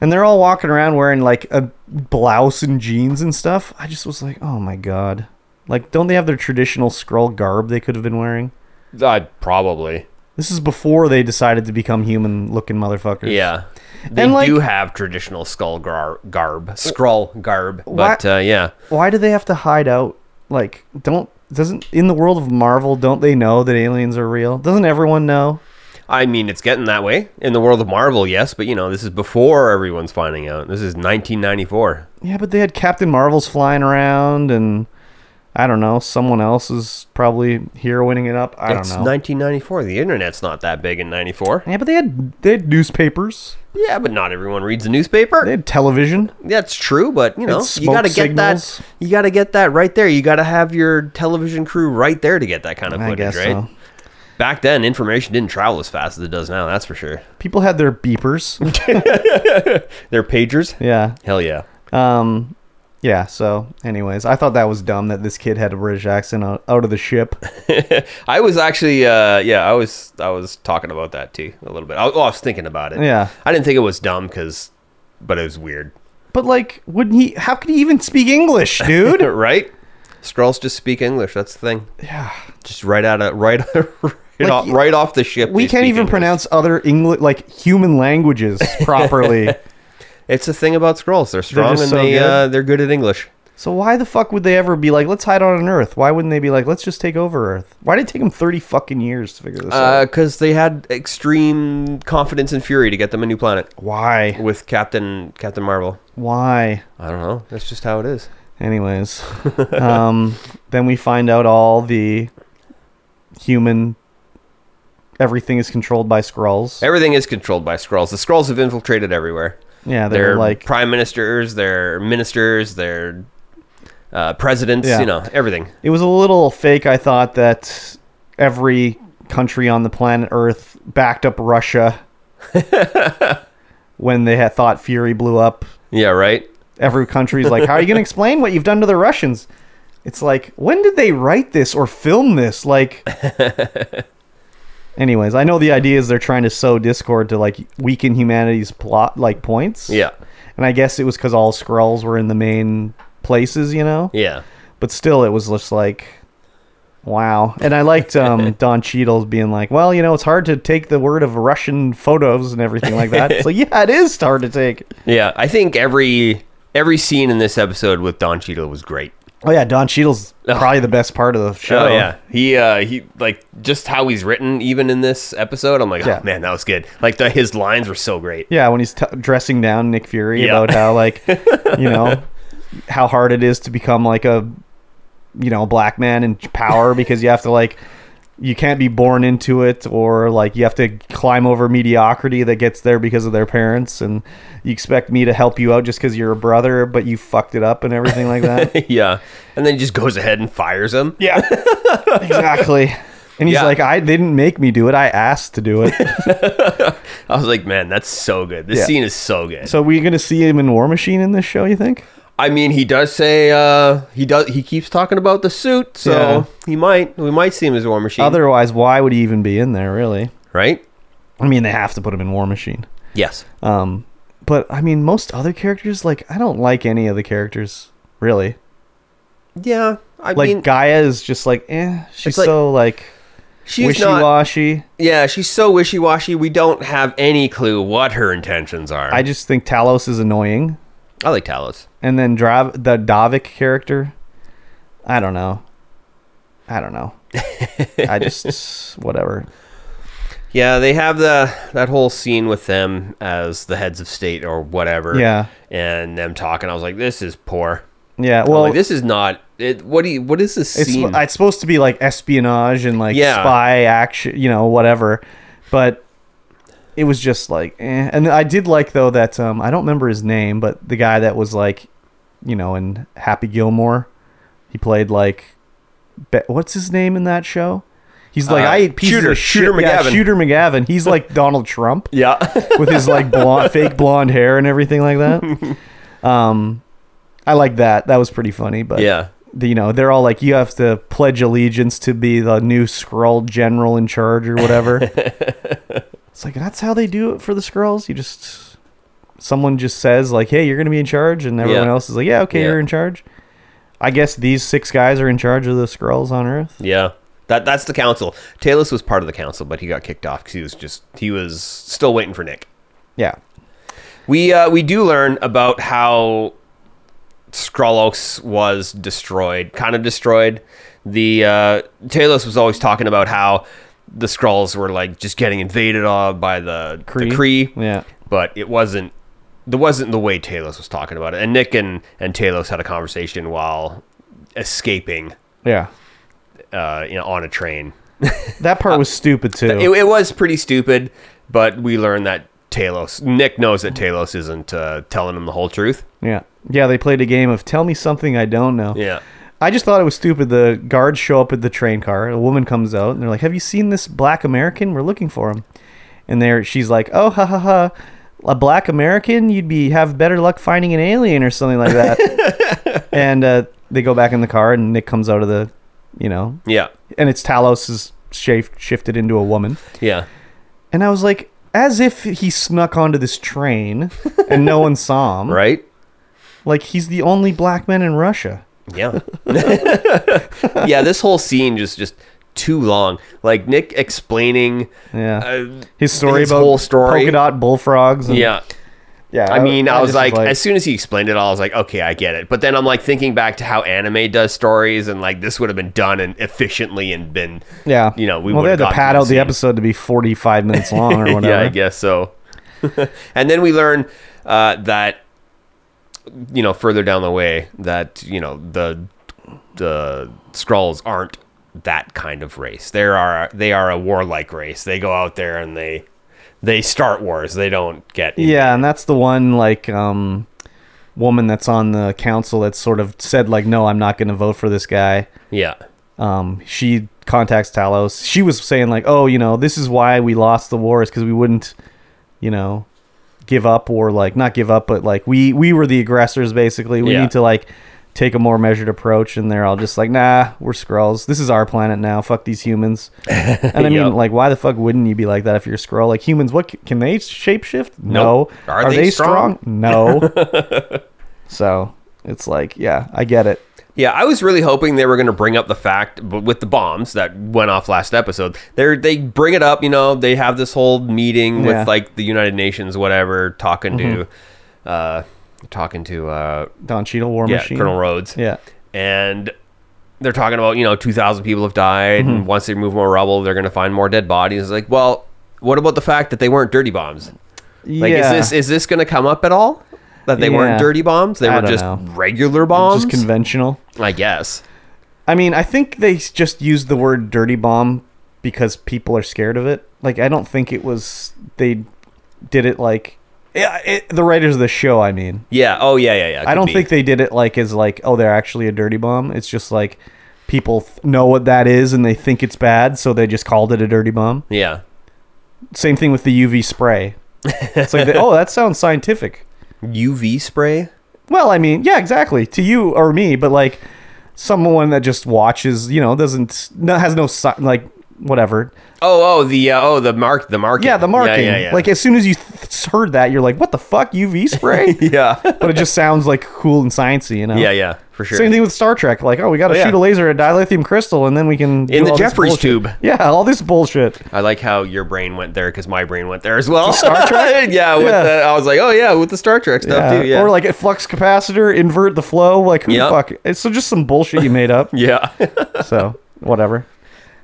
And they're all walking around wearing like a blouse and jeans and stuff. I just was like, oh my God. Like, don't they have their traditional scroll garb they could have been wearing?
Uh, probably.
This is before they decided to become human looking motherfuckers.
Yeah. They
And, like-
do have traditional skull gar- garb, scroll garb,
Why-
but uh, yeah,
why do they have to hide out? Like, don't doesn't in the world of Marvel, don't they know that aliens are real? Doesn't everyone know?
I mean it's getting that way in the world of Marvel, yes, but you know this is before everyone's finding out. This is 1994.
Yeah, but they had Captain Marvel's flying around, and I don't know, someone else is probably heroing it up. I don't
it's
know.
1994. The internet's not that big in 94.
yeah, but they had they had newspapers,
Yeah, but not everyone reads the newspaper.
they had television.
That's true, but you know
It's
you got to
smoke
get
signals.
that. You got to get that right there. You got to have your television crew right there to get that kind of
I
footage,
guess
right?
so.
Back then, information didn't travel as fast as it does now. That's for sure.
People had their beepers.
They're pagers.
yeah.
Hell yeah.
Um. Yeah, so anyways, I thought that was dumb that this kid had a British accent out out of the ship.
I was actually, uh, yeah, I was, I was talking about that too a little bit. I, oh, I was thinking about it.
Yeah.
I didn't think it was dumb because, but it was weird,
But like, wouldn't he how could he even speak English, dude?
right? Scrolls just speak English. That's the thing.
yeah.
Just right out of right, right,
Like,
off, right off the ship.
we
they
can't
speak
even
English.
pronounce other English like human languages properly.
It's the thing about scrolls. They're strong
just
and
so
they,
good.
uh, they're good at English.
so why the fuck would they ever be like, let's hide on an Earth? Why wouldn't they be like, let's just take over Earth? Why did it take them thirty fucking years to
Uh,
figure this out?
Because they had extreme confidence and fury to get them a new planet
Why?
with Captain Captain Marvel.
Why?
I don't know. That's just how it is.
Anyways, um, then we find out all the human. Everything is controlled by Skrulls.
Everything is controlled by scrolls. The scrolls have infiltrated everywhere.
Yeah, they're,
They're
like
prime ministers, they're ministers, they're uh, presidents,
Yeah.
you know, everything.
It was a little fake. I thought that every country on the planet Earth backed up Russia when they had thought Fury blew up.
Yeah, right?
Every country's like, "How are you going to explain what you've done to the Russians?" It's like, when did they write this or film this? Like, anyways, I know the idea is they're trying to sow discord to like weaken humanity's plot, like points.
Yeah.
and I guess it was because all Skrulls were in the main places, you know
Yeah.
but still it was just like wow and i liked um, don Cheadle's being like well you know it's hard to take the word of russian photos and everything like that it's like yeah it is hard to take
Yeah. I think every every scene in this episode with Don Cheadle was great.
oh yeah don Cheadle's probably the best part of the show
Oh yeah. He uh he like just how he's written even in this episode, I'm like,
Yeah.
oh man, that was good. Like the, his lines were so great.
yeah when he's t- dressing down nick fury
Yeah.
about how like you know how hard it is to become like a you know black man in power because you have to like you can't be born into it or like you have to climb over mediocrity that gets there because of their parents and you expect me to help you out just because you're a brother but you fucked it up and everything like that
yeah. And then he just goes ahead and fires him.
yeah exactly and he's
Yeah.
like i they didn't make me do it i asked to do it
I was like, man, that's so good. This
Yeah.
scene is so good.
so we gonna see him in war machine in this show you think
I mean, he does say uh, he does. He keeps talking about the suit, so
Yeah.
he might. We might see him as War Machine,
otherwise why would he even be in there really
right?
i mean they have to put him in war machine
Yes.
Um, but I mean, most other characters, like I don't like any of the characters really.
Yeah, I
Like
mean,
Gaia is just like, eh, she's
It's like-
so like
she's not.
wishy-washy.
Yeah, she's so wishy-washy. We don't have any clue what her intentions are.
I just think Talos is annoying,
I like Talos.
and then Drav- the Davik character, I don't know, I don't know. I just whatever.
Yeah, they have the that whole scene with them as the heads of state or whatever.
Yeah.
and them talking. I was like, this is poor.
Yeah,
Well,
well,
this is not. It, what do you? What is this
it's
scene?
it's supposed to be like espionage and like
Yeah.
spy action, you know, whatever. But it was just like, eh. and I did like though that um, I don't remember his name, but the guy that was like, you know, in Happy Gilmore, he played like, Be- what's his name in that show? He's like,
Uh,
I eat pieces
Shooter-
of shit.
Shooter
Yeah,
McGavin.
Shooter McGavin. He's like Donald Trump
yeah,
with his like blonde, fake blonde hair and everything like that. Um, I like that. That was pretty funny. But
yeah.
the- you know they're all like you have to pledge allegiance to be the new scroll general in charge or whatever it's like that's how they do it for the scrolls you just someone just says like hey you're gonna be in charge and everyone
Yeah.
else is like yeah okay
Yeah.
you're in charge i guess these six guys are in charge of the scrolls on earth
Yeah. That that's the council. Talus was part of the council, but he got kicked off because he was just he was still waiting for Nick.
yeah
We uh, we do learn about how Skrullox was destroyed, kind of destroyed. The uh, Talos was always talking about how the Skrulls were like just getting invaded uh, by the
Kree.
The Kree
yeah
but it wasn't there wasn't the way Talos was talking about it. And Nick and and Talos had a conversation while escaping,
yeah
uh, you know, on a train.
that part was stupid too
Uh, It, it was pretty stupid, but we learned that Talos Nick knows that Talos isn't uh, telling him the whole truth.
yeah yeah they played a game of tell me something i don't know
Yeah.
I just thought it was stupid. The guards show up at the train car. A woman comes out and they're like, "Have you seen this black American? We're looking for him." And there, she's like, "Oh, ha ha ha, a black American? You'd be have better luck finding an alien or something like that." and uh, they go back in the car, and Nick comes out of the, you know,
Yeah.
and it's Talos is shaf- shifted into a woman.
Yeah.
And I was like, as if he snuck onto this train and no one saw him.
Right?
Like he's the only black man in Russia.
Yeah. yeah, this whole scene just just too long. Like Nick explaining
Yeah.
uh,
his story
his
about
whole story.
polka dot bullfrogs. And,
yeah.
yeah.
I mean, I, was
just
like, as soon as he explained it all, I was like, okay, I get it. But then I'm like thinking back to how anime does stories, and like this would have been done and efficiently and been,
yeah,
you know, we
well, they had
would've
to
gotten
pad
to the
out the
scene.
episode to be forty-five minutes long or whatever.
yeah, I guess so. and then we learn uh, that, you know, further down the way, that you know the the Skrulls aren't that kind of race. They are they are a warlike race. They go out there and they they start wars. They don't get
Yeah, and that's the one like um, woman that's on the council that sort of said like, no, I'm not going to vote for this guy.
yeah
Um, she contacts Talos. She was saying like, oh, you know, this is why we lost the war is because we wouldn't, you know, give up or like not give up, but like we we were the aggressors basically. We
Yeah.
need to like take a more measured approach, and they're all just like, nah, we're Skrulls. This is our planet now. Fuck these humans. And I mean,
Yup.
like, why the fuck wouldn't you be like that if you're a Skrull? Like humans, what c- can they shapeshift? No.
Nope. Are they strong?
No. so it's like, yeah, I get it.
Yeah, I was really hoping they were going to bring up the fact but with the bombs that went off last episode. They they bring it up, you know, they have this whole meeting
Yeah.
with like the United Nations whatever talking to uh talking to uh
Don Cheadle, War
yeah,
Mm-hmm. Machine.
Colonel Rhodes.
Yeah.
And they're talking about, you know, 2,000 people have died
Mm-hmm.
and once they remove more rubble, they're going to find more dead bodies. It's like, well, what about the fact that they weren't dirty bombs? Like
yeah.
is this is this going to come up at all? That they
Yeah.
weren't dirty bombs, they
I
were
don't
just
know.
regular bombs.
just conventional?
I guess.
I mean, I think they s- just used the word dirty bomb because people are scared of it. Like, I don't think it was they did it like yeah, it, the writers of the show. I mean,
Yeah. Oh, yeah, yeah, yeah.
I
Could
don't
be.
think they did it like as like oh they're actually a dirty bomb. It's just like people th- know what that is and they think it's bad, so they just called it a dirty bomb.
Yeah.
Same thing with the UV spray. It's like they, oh that sounds scientific.
UV spray?
Well, I mean, yeah, exactly. To you or me, but like someone that just watches, you know, doesn't no, has no si- like whatever.
Oh, oh, the uh, oh, the mark, the marking.
Yeah, the marking.
Yeah, yeah, yeah.
Like as soon as you th- heard that, you're like, what the fuck, UV spray?
Yeah.
but it just sounds like cool and sciencey, you know?
yeah, yeah, for sure.
Same thing with Star Trek. Like, oh, we got to
yeah.
shoot a laser at dilithium crystal, and then we can do
In the
all this
Jeffries
bullshit.
tube.
Yeah, all this bullshit.
I like how your brain went there because my brain went there as well. Star Trek? yeah, with
Yeah.
The, I was like, oh yeah, with the Star Trek stuff too. Yeah.
Uh, Or like a flux capacitor, invert the flow. Like, who the
Yep.
fuck? It's so just some bullshit you made up.
yeah.
so whatever.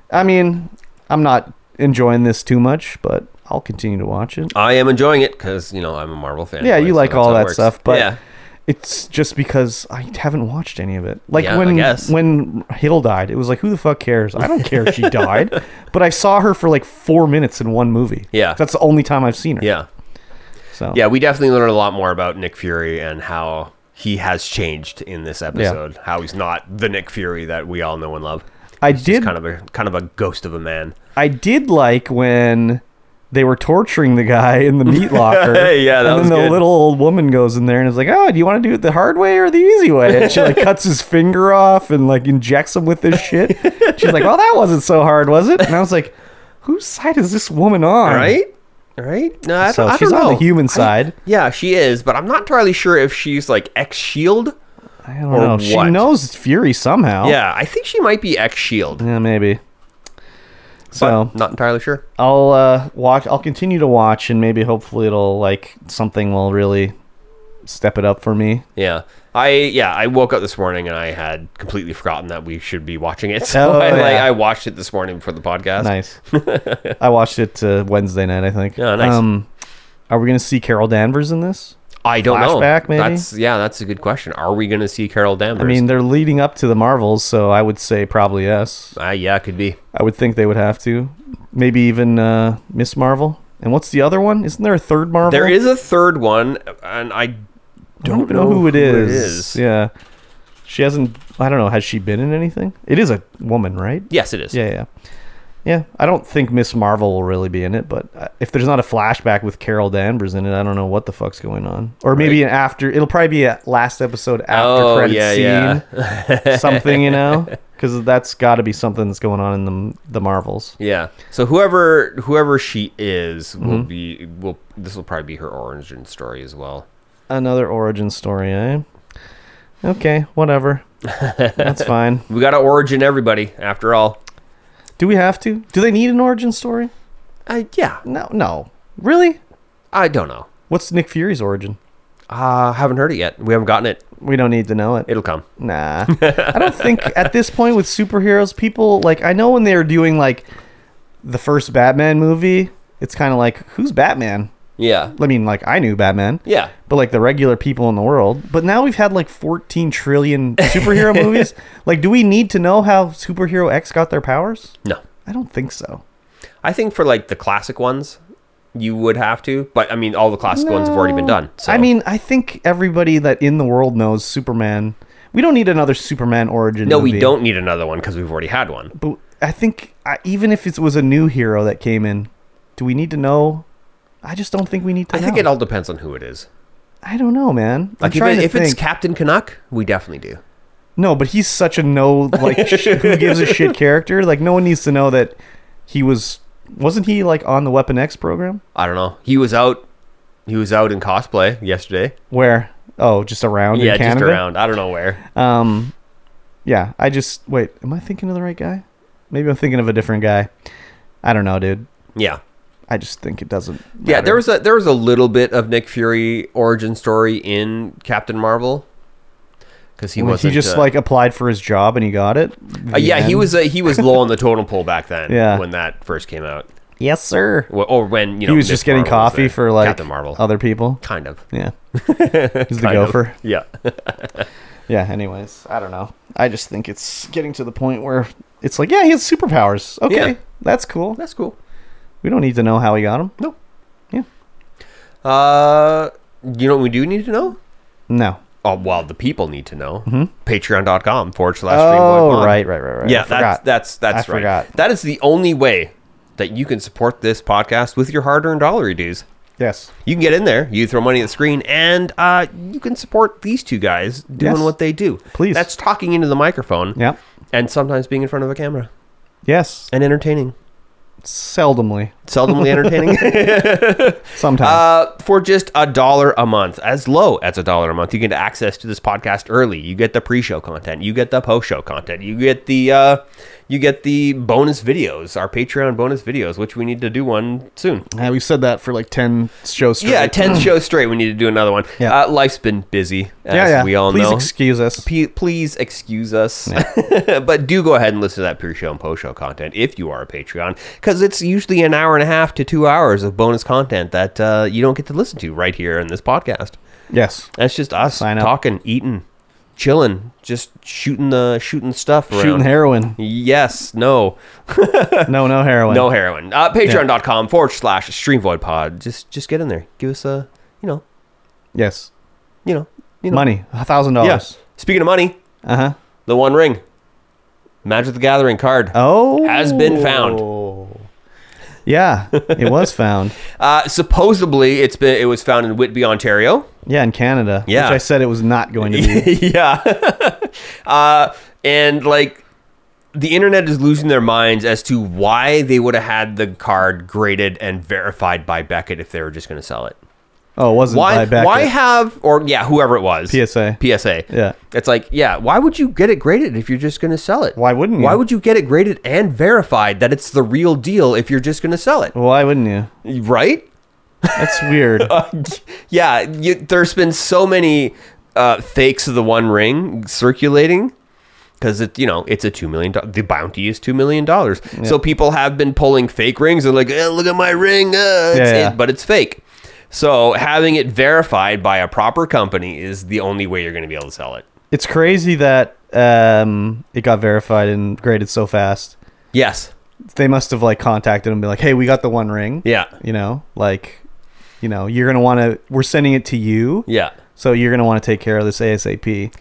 I mean, I'm not enjoying this too much, but I'll continue to watch it.
I am enjoying it because you know I'm a Marvel fan.
Yeah, you like all that stuff, but
yeah,
it's just because I haven't watched any of it. Like
Yeah, I
when
guess.
when Hill died, it was like who the fuck cares? I don't care if she died, but I saw her for like four minutes in one movie.
Yeah.
that's the only time I've seen her.
yeah,
so
yeah. We definitely learned a lot more about Nick Fury and how he has changed in this episode. How he's not the Nick Fury that we all know and love.
I
He's
did.
kind of a kind of a ghost of a man.
I did like when they were torturing the guy in the meat locker.
Yeah, that
and
was
then the
good.
little old woman goes in there and is like, "Oh, do you want to do it the hard way or the easy way?" And she like cuts his finger off and like injects him with this shit. She's like, "Well, that wasn't so hard, was it?" And I was like, "Whose side is this woman on?"
Right? Right? No, I,
So
don't- I
she's
don't
on the
know.
human side.
Yeah, she is, but I'm not entirely sure if she's like ex Shield.
I don't
Or
know. She
what?
knows Fury somehow.
Yeah, I think she might be ex Shield.
Yeah, maybe. So
So not entirely sure.
I'll uh, watch. I'll continue to watch, and maybe hopefully it'll like something will really step it up for me.
Yeah. I yeah, I woke up this morning and I had completely forgotten that we should be watching it. So
Oh,
I like
yeah.
I watched it this morning before the podcast.
Nice. I watched it uh, Wednesday night, I think. Um,
Yeah, Oh, nice.
are we gonna see Carol Danvers in this?
I don't
Flashback,
know.
maybe?
That's yeah, that's a good question. Are we going to see Carol Danvers?
I mean, they're leading up to the Marvels, so I would say probably yes.
uh, yeah, could be.
I would think they would have to. Maybe even uh, Miss Marvel. And what's the other one? Isn't there a third Marvel?
There is a third one and I don't know
who it
who it is.
is. Yeah. She hasn't. I don't know. Has she been in anything? It is a woman, right?
yes, it is.
Yeah, yeah. Yeah, I don't think Miss Marvel will really be in it, but uh, if there's not a flashback with Carol Danvers in it, I don't know what the fuck's going on. Or maybe an after, it'll probably be a last episode after
Oh,
credit
yeah,
scene, something, you know? Because that's got to be something that's going on in the the Marvels.
Yeah. So whoever whoever she is will
Mm-hmm.
be will this will probably be her origin story as well.
Another origin story, eh? Okay, whatever. That's fine.
We got to origin everybody after all.
Do we have to? Do they need an origin story?
Uh, yeah.
No, no. Really?
I don't know.
What's Nick Fury's origin?
Uh, haven't heard it yet. We haven't gotten it.
We don't need to know it.
It'll come.
Nah. I don't think at this point with superheroes, people like I know when they were doing like the first Batman movie, it's kind of like who's Batman?
Yeah.
I mean, like I knew Batman.
Yeah.
But like the regular people in the world, but now we've had like 14 trillion superhero movies. Like do we need to know how superhero X got their powers?
No.
I don't think so.
I think for like the classic ones, you would have to. But I mean, all the classic ones have already been done. So
I mean, I think everybody that in the world knows Superman. We don't need another Superman origin.
no, we
movie.
don't need another one because we've already had one.
But I think I, even if it was a new hero that came in, do we need to know? I just don't think we need to.
I think
know.
it all depends on who it is.
I don't know, man. I'm
Like if,
trying
it-
to
if it's
think.
Captain Canuck, we definitely do.
no, but he's such a no like sh- who gives a shit character. Like no one needs to know that he was wasn't he like on the Weapon X program
I don't know. He was out. He was out in cosplay yesterday.
where oh just around
yeah,
in Canada.
just around. I don't know where.
Um, yeah, I just wait. Am I thinking of the right guy? Maybe I'm thinking of a different guy. I don't know, dude.
Yeah.
I just think it doesn't.
Yeah, there
matter.
was a there was a little bit of Nick Fury origin story in Captain Marvel because he was
he just like applied for his job and he got it.
Uh, yeah, he
The
was uh, he was low on the totem pole back then.
Yeah.
when that first came out,
Yes, sir.
Wh- or when you know
he was
Ms.
just getting
Marvel was
coffee
there.
for like
Captain Marvel,
other people.
kind of.
Yeah, he's the gopher.
Yeah,
Yeah. Anyways, I don't know. I just think it's getting to the point where it's like, yeah, he has superpowers. Okay,
Yeah.
that's cool.
that's cool.
We don't need to know how he got them.
No,
Yeah.
uh, you know what we do need to know?
No.
Oh, well, the people need to know. Patreon.com forward slash
Mm-hmm. Oh,
Streamline Pod.
right, right, right, right. I
Yeah, that's
forgot.
that's that's
I
right.
forgot.
That is the only way that you can support this podcast with your hard-earned dollar dues.
Yes.
You can get in there. You throw money at the screen, and uh, you can support these two guys doing
Yes.
what they do.
Please.
that's talking into the microphone.
Yeah.
and sometimes being in front of a camera
Yes.
and entertaining.
Seldomly.
seldomly entertaining.
Sometimes.
uh, for just a dollar a month, as low as a dollar a month, you get access to this podcast early. You get the pre-show content, you get the post-show content, you get the uh, you get the bonus videos, our Patreon bonus videos, which we need to do one soon.
yeah, we've said that for like 10 shows straight.
Yeah, ten shows straight. We need to do another one.
Yeah.
Uh, life's been busy, as
yeah, yeah.
we all
Please
know.
excuse us.
P- please excuse us, but do go ahead and listen to that pre-show and post-show content if you are a Patreon, because it's usually an hour and a half to two hours of bonus content that uh, you don't get to listen to right here in this podcast.
Yes.
That's just us
Sign up.
talking, eating, chilling, just shooting the shooting stuff. Around.
Shooting heroin.
Yes. No.
No, no heroin.
No heroin. Uh, Patreon.com forward slash Stream Void Pod. Just just get in there. Give us a you know
Yes.
you know you know
Money. A thousand dollars.
Yes. Speaking of money,
Uh huh.
the One Ring, Magic the Gathering card.
Oh.
Has been found.
Yeah, it was found.
Uh, supposedly, it's been it was found in Whitby, Ontario.
Yeah, in Canada.
Yeah.
Which I said it was not going to be.
yeah. uh, and like the internet is losing their minds as to why they would have had the card graded and verified by Beckett if they were just going to sell it.
Oh, it wasn't
Why?
by back.
Why have or yeah, whoever it was.
PSA.
PSA.
Yeah.
It's like, yeah, why would you get it graded if you're just going to sell it?
Why wouldn't
Why
you?
would you get it graded and verified that it's the real deal if you're just going to sell it?
Why wouldn't you?
Right?
That's weird.
yeah, you, there's been so many uh, fakes of the One Ring circulating because it, you know, it's a two million. do- The bounty is two million dollars. So people have been pulling fake rings and like, eh, look at my ring, uh, it's
Yeah, yeah.
It, but it's fake. So having it verified by a proper company is the only way you're going to be able to sell it.
it's crazy that um, it got verified and graded so fast.
Yes.
They must have like contacted him and be like, "Hey, we got the One Ring."
Yeah.
You know, like, you know, you're gonna want to. We're sending it to you.
Yeah.
So you're gonna want to take care of this ASAP.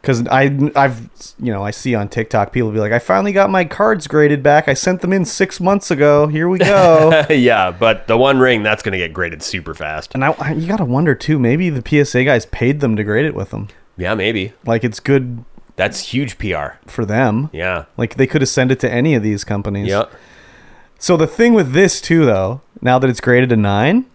Because I, I've, you know, I see on TikTok people be like, "I finally got my cards graded back. I sent them in six months ago. Here we go."
yeah, but the One Ring that's going to get graded super fast.
and I, I- you gotta wonder too. Maybe the PSA guys paid them to grade it with them.
Yeah, maybe
Like it's good
that's huge PR.
for them.
Yeah.
Like they could have sent it to any of these companies.
Yeah.
So the thing with this too, though, now that it's graded a nine,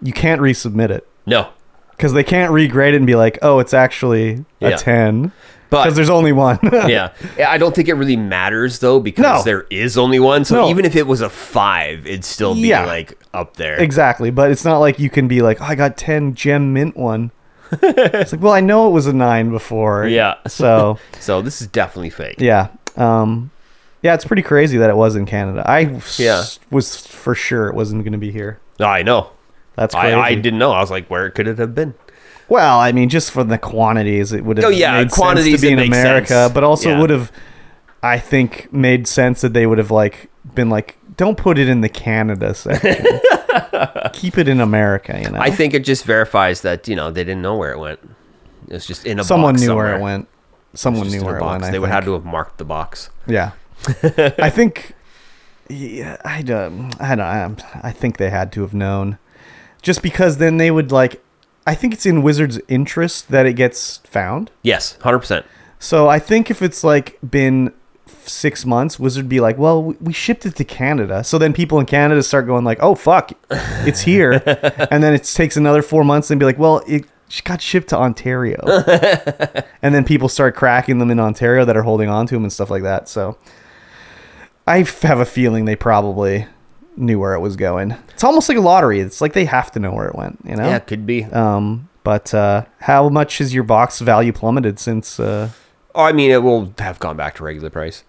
you can't resubmit it
No.
because they can't regrade it and be like, oh, it's actually a
Yeah.
ten
But
because there's only one.
yeah. Yeah, I don't think it really matters though because
No.
there is only one. So
No.
even if it was a five, it'd still be
Yeah.
like up there.
exactly, but it's not like you can be like, oh, I got ten gem mint one. it's like, well, I know it was a nine before.
Yeah.
So
So this is definitely fake.
yeah, um, yeah, it's pretty crazy that it was in Canada. I s-
Yeah.
was for sure it wasn't going to be here.
I know.
That's crazy.
I, I didn't know. I was like, where could it have been?
Well, I mean, just for the quantities, it would have
Oh, yeah,
made
quantities,
sense to
it
be in
makes
America,
sense.
but also
Yeah.
would have, I think, made sense that they would have like been like, don't put it in the Canada section, keep it in America. You know,
I think it just verifies that you know they didn't know where it went. It was just in a
someone
box
knew
somewhere.
where it went. Someone
Just
knew
in a
where it
box.
went.
They
I
would have
think.
to have marked the box.
Yeah, I think. Yeah, I don't. I don't. I think they had to have known, just because then they would like. I think it's in Wizards' interest that it gets found.
Yes, hundred percent.
So I think if it's like been six months, Wizard be like, well, we- we shipped it to Canada. So then people in Canada start going like, oh fuck, it's here, and then it takes another four months and be like, well, it sh- got shipped to Ontario, and then people start cracking them in Ontario that are holding on to them and stuff like that. So I f- have a feeling they probably knew where it was going. It's almost like a lottery. It's like they have to know where it went, you know.
Yeah, it could be.
Um, but uh, how much has your box value plummeted since? Uh,
oh, I mean, it will have gone back to regular price.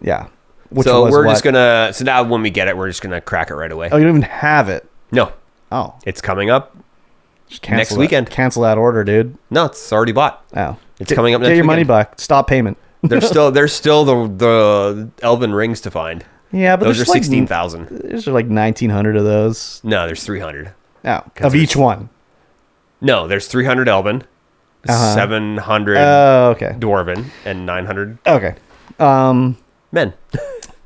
Yeah. Which
so
was
we're
what?
just gonna. So now when we get it, we're just gonna crack it right away.
Oh, you don't even have it.
No,
Oh,
it's coming up.
just cancel
Next
that-
weekend.
Cancel that order, dude.
No, it's already bought.
Oh,
It's coming up
Get
next
your money
weekend.
back. Stop payment.
There's still there's still the the elven rings to find.
Yeah, but
Those are
there's like,
sixteen thousand.
There's like nineteen hundred of those.
No, there's three hundred.
Oh, of each one.
No, there's three hundred elven,
Uh-huh.
hundred
Oh, okay.
dwarven, and nine hundred
Okay.
men.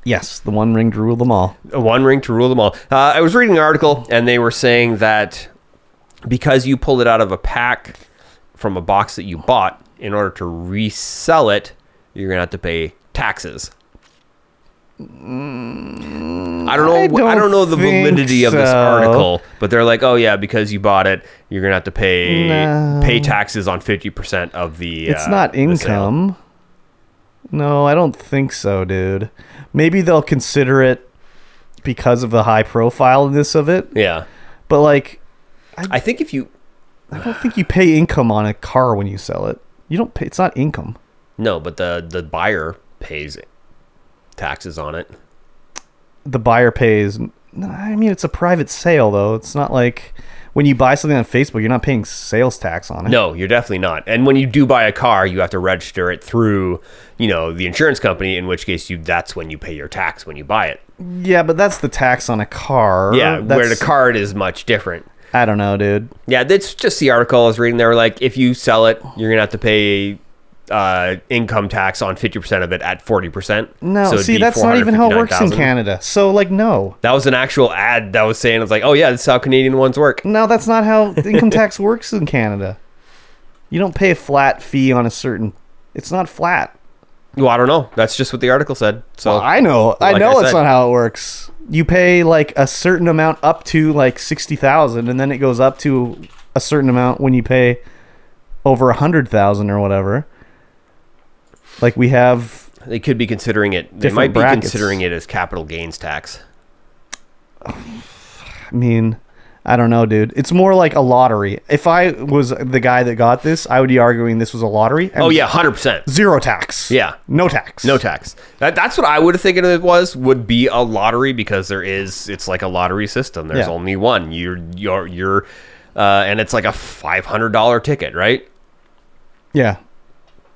Yes, the one ring to rule them all.
One ring to rule them all. Uh, I was reading an article and they were saying that because you pulled it out of a pack from a box that you bought, in order to resell it, you're gonna have to pay taxes. I don't know. I
I
don't,
don't
know the
think
validity of this
so.
article, but they're like, oh yeah, because you bought it, you're gonna have to pay
No.
pay taxes on fifty percent of the.
It's
uh,
not
the sale."
income. No, I don't think so, dude. Maybe they'll consider it because of the high profileness of it,
Yeah,
but like
I think if you
I don't think you pay income on a car when you sell it. You don't pay it's not income.
no, but the the buyer pays taxes on it.
The buyer pays No, I mean it's a private sale though. It's not like when you buy something on Facebook, you're not paying sales tax on it.
No, you're definitely not. And when you do buy a car, you have to register it through, you know, the insurance company. In which case, you that's when you pay your tax when you buy it.
Yeah, but that's the tax on a car.
Yeah, where the
Oh, That's-
card is much different.
I don't know, dude.
Yeah, that's just the article I was reading. They were like, if you sell it, you're gonna have to pay uh, income tax on fifty percent of it at forty percent.
No, see, that's not even how it works in Canada. So, like, no,
That was an actual ad that was saying, "It's like, oh yeah, that's how Canadian ones work."
no, that's not how income tax works in Canada. You don't pay a flat fee on a certain. It's not flat.
Well, I don't know. That's just what the article said. So
I know, I
like
know,
I
it's
said-
not how it works. You pay like a certain amount up to like sixty thousand, and then it goes up to a certain amount when you pay over a hundred thousand or whatever. Like we have
they could be considering it. They
Different
might be
brackets.
considering it as capital gains tax.
I mean, I don't know, dude. It's more like a lottery. If I was the guy that got this, I would be arguing this was a lottery. And
Oh yeah, hundred percent.
zero tax.
Yeah.
no tax.
No tax. That, that's what I would have thinking it was would be a lottery because there is it's like a lottery system. There's
Yeah.
only one. You're you're you're, uh, and it's like a five hundred dollar ticket, right?
Yeah,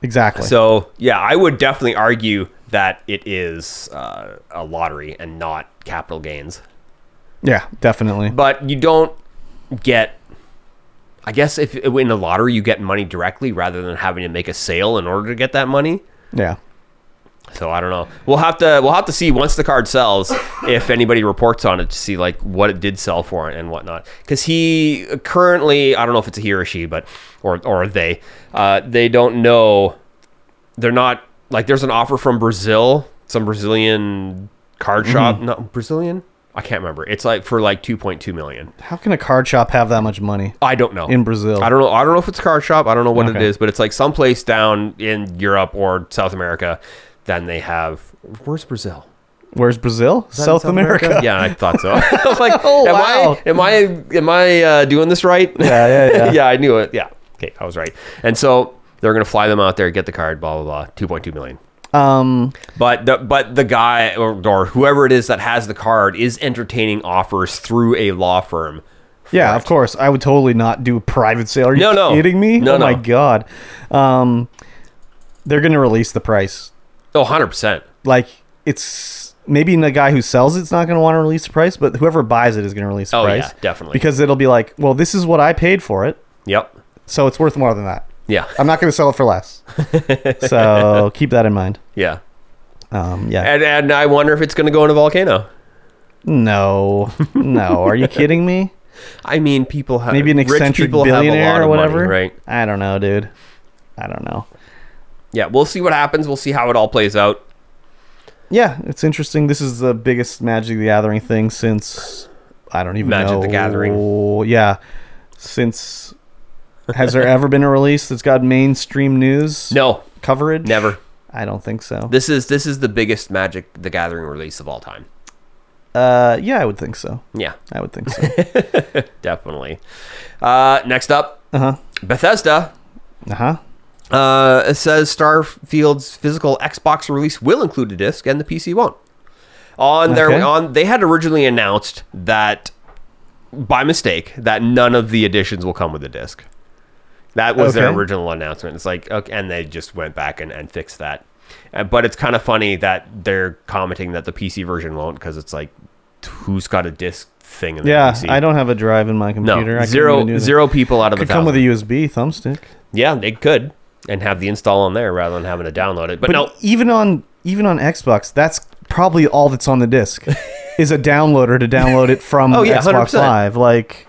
exactly.
So yeah, I would definitely argue that it is uh, a lottery and not capital gains.
yeah, definitely.
But you don't get. I guess if in a lottery you get money directly rather than having to make a sale in order to get that money.
Yeah,
So I don't know. We'll have to we'll have to see once the card sells if anybody reports on it to see like what it did sell for and whatnot. Because he currently I don't know if it's a he or she, but or or they uh, they don't know. They're not like there's an offer from Brazil, some Brazilian
Mm-hmm.
card shop, not Brazilian. I can't remember. It's like for like 2.2 million.
how can a card shop have that much money?
I don't know.
In Brazil.
I don't know. I don't know if it's a card shop. I don't know what it
Okay.
is, but it's like someplace down in Europe or South America. Then they have where's Brazil?
Where's Brazil? South, America.
yeah, I thought so. I was like,
Oh,
am
wow.
I am I am I uh, doing this right?
Yeah, yeah, yeah.
yeah, I knew it. Yeah, okay, I was right. And so they're gonna fly them out there, get the card, blah blah blah, two point two million.
Um,
But the but the guy or, or whoever it is that has the card is entertaining offers through a law firm.
yeah, of course. I would totally not do a private sale. Are you
No, no.
kidding me?
No,
oh my
no.
god. Um, they're gonna release the price.
Oh, 100 percent.
like it's maybe the guy who sells it's not going to want to release the price, but whoever buys it is going to release the
Oh, yeah,
price.
definitely.
Because it'll be like, well, this is what I paid for it,
Yep.
so it's worth more than that.
Yeah.
I'm not going to sell it for less. so keep that in mind.
Yeah.
Um, yeah.
And and I wonder if it's going to go in a volcano.
no. No. Are you kidding me?
I mean, people have
Maybe an
rich
eccentric
people have a lot
billionaire or
of money,
whatever.
right?
I don't know, dude. I don't know.
Yeah, we'll see what happens. We'll see how it all plays out.
Yeah, it's interesting. This is the biggest Magic the Gathering thing since I don't even
Magic
know.
the Gathering.
Yeah, since has there ever been a release that's got mainstream news
No,
coverage?
never.
I don't think so.
This is this is the biggest Magic the Gathering release of all time.
Uh, yeah, I would think so.
Yeah,
I would think so.
definitely. Uh, next up,
Uh-huh.
Bethesda
uh huh.
uh, it says Starfield's physical Xbox release will include a disc, and the PC won't. On their
Okay.
on, they had originally announced that by mistake that none of the editions will come with a disc. That was their
Okay.
original announcement. It's like, okay, and they just went back and, and fixed that. Uh, But it's kind of funny that they're commenting that the PC version won't because it's like, who's got a disc thing in the
Yeah,
PC?
I don't have a drive in
No,
my computer. I couldn't even do
zero
that.
zero people out of a
Could
thousand.
come with a USB thumbstick.
Yeah, they could and have the install on there rather than having to download it. But,
But e-,
no,
even on even on Xbox, that's probably all that's on the disc is a downloader to download it from
Oh, yeah,
Xbox
100%.
Live. Like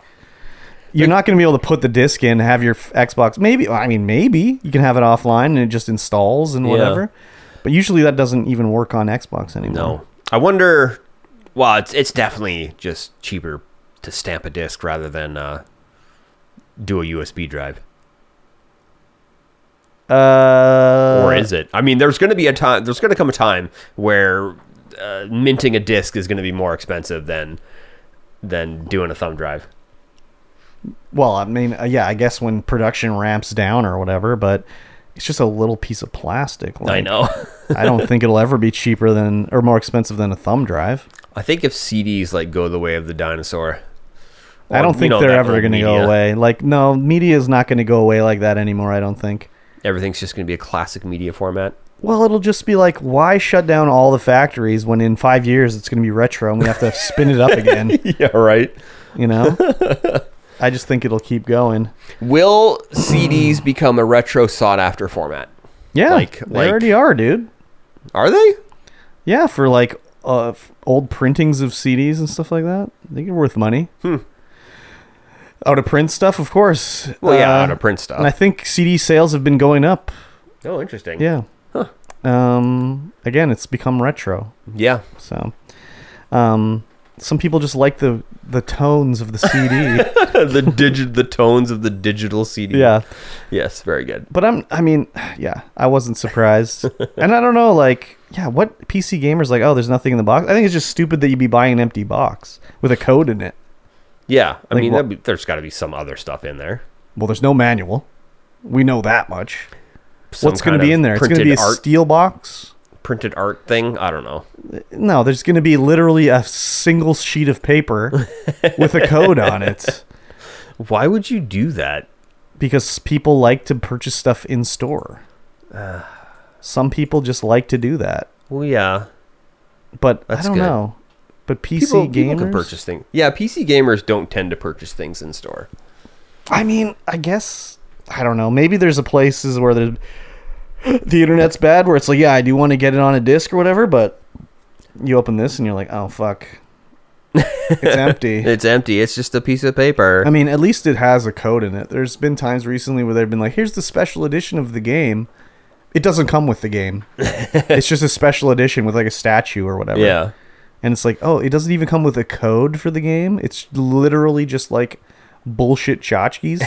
you're not going to be able to put the disc in, have your f- Xbox. Maybe I mean maybe you can have it offline and it just installs and
Yeah.
whatever. But usually that doesn't even work on Xbox anymore.
no. I wonder. Well, it's it's definitely just cheaper to stamp a disc rather than uh, do a USB drive,
Uh,
or is it? I mean, there's going to be a time. There's going to come a time where uh, minting a disc is going to be more expensive than than doing a thumb drive.
Well, I mean, uh, yeah, I guess when production ramps down or whatever, but it's just a little piece of plastic.
I
like,
know.
I don't think it'll ever be cheaper than or more expensive than a thumb drive.
I think if CDs like go the way of the dinosaur,
I
Well,
don't
you
think
know
they're
that
ever
old
going to go
media.
away. Like, no, media is not going to go away like that anymore. I don't think.
everything's just going to be a classic media format.
Well, it'll just be like, why shut down all the factories when in five years it's going to be retro and we have to spin it up again?
Yeah, right.
You know, I just think it'll keep going.
Will CDs become a retro sought after format?
Yeah,
Like-
they
like-
already are, dude.
Are they?
Yeah, for like uh, f- old printings of CDs and stuff like that, they get worth money.
Hmm.
Out of print stuff, of course.
Well, yeah,
Uh,
out of print stuff.
And I think CD sales have been going up.
oh, interesting.
Yeah. Um. Again, it's become retro.
Yeah.
So, um, some people just like the the tones of the CD.
the digit the tones of the digital CD.
yeah.
Yes, very good.
But I'm. I mean, yeah. I wasn't surprised, and I don't know. Like, yeah. What PC gamers like? Oh, there's nothing in the box. I think it's just stupid that you'd be buying an empty box with a code in it.
Yeah. I
Like
mean,
what-
that'd be, there's got to be some other stuff in there.
Well, there's no manual. We know that much.
Some
What's going
kind
to be
of
in there? It's going to
printed
be a
art,
steel box.
printed art thing. I don't know.
No, there's going to be literally a single sheet of paper with a code on it
Why would you do that?
because people like to purchase stuff in store. Some people just like to do that,
Well, yeah.
but I
That's
don't
good.
know. But PC
People,
gamers,
people can purchase things. Yeah, PC gamers don't tend to purchase things in store.
I mean, I guess I don't know. Maybe there's a places where the the internet's bad, where it's like, yeah, I do want to get it on a disc or whatever, but you open this and you're like, oh fuck, it's empty.
It's empty. It's just a piece of paper.
I mean, at least it has a code in it. There's been times recently where they've been like, here's the special edition of the game. It doesn't come with the game. it's just a special edition with like a statue or whatever.
yeah.
And it's like, oh, it doesn't even come with a code for the game. It's literally just like bullshit tchotchkes.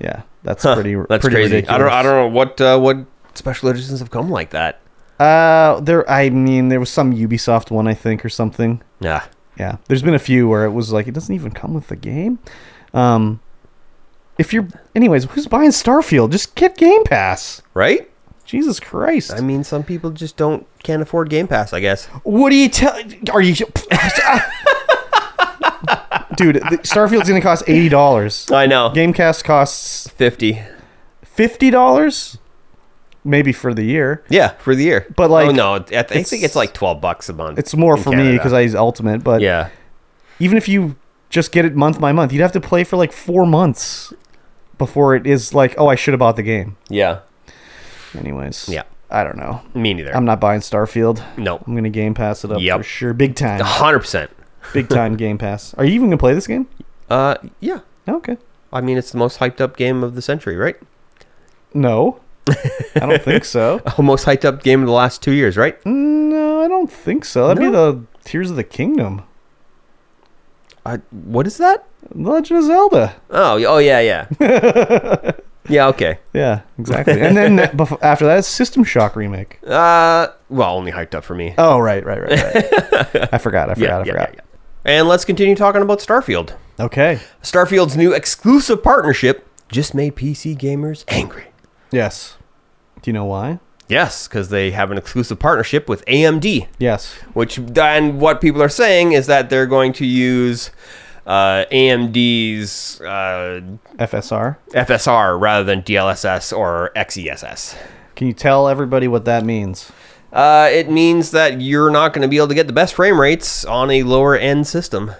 yeah, that's pretty.
That's
pretty
crazy.
Ridiculous.
I don't. I don't know what uh, what special editions have come like that.
Uh, there. I mean, there was some Ubisoft one, I think, or something.
Yeah.
Yeah, there's been a few where it was like it doesn't even come with the game. Um, if you're, anyways, who's buying Starfield? Just get Game Pass.
Right.
Jesus Christ!
I mean, some people just don't can't afford Game Pass. I guess.
What do you tell? Are you? Dude, the- Starfield's gonna cost eighty dollars.
I know.
Gamecast costs
Fifty.
fifty dollars, maybe for the year.
Yeah, for the year.
But, like,
oh, no, I, th- I think
it's-
it's like twelve bucks a month.
It's more
in
for me
Canada.
because I use Ultimate. But
yeah,
even if you just get it month by month, you'd have to play for like four months before it is like, oh, I should have bought the game.
yeah,
Anyways,
Yeah.
I don't know.
me neither.
I'm not buying Starfield.
No.
I'm gonna Game Pass it up
Yep.
for sure, big time,
hundred percent.
big time Game Pass. Are you even gonna play this game?
Uh, yeah.
Okay,
I mean, it's the most hyped up game of the century, right?
no, I don't think so. Mm,
Oh, most hyped up game of the last two years, right?
No, I don't think so. That'd be the Tears of the Kingdom,
I, what is that?
Legend of Zelda.
Oh, y- oh yeah, yeah, yeah. Okay.
Yeah, exactly. and then that, bef- after that, it's System Shock remake.
Uh, well, only hyped up for me.
Oh, right, right, right. right. I forgot.
yeah,
I forgot. I
yeah, yeah,
forgot.
yeah. And let's continue talking about Starfield.
Okay.
Starfield's new exclusive partnership just made PC gamers angry.
Yes. Do you know why?
Yes, because they have an exclusive partnership with AMD,
Yes.
which then what people are saying is that they're going to use uh, AMD's uh,
FSR.
FSR rather than DLSS or E XESS.
Can you tell everybody what that means?
Uh, it means that you're not going to be able to get the best frame rates on a lower end system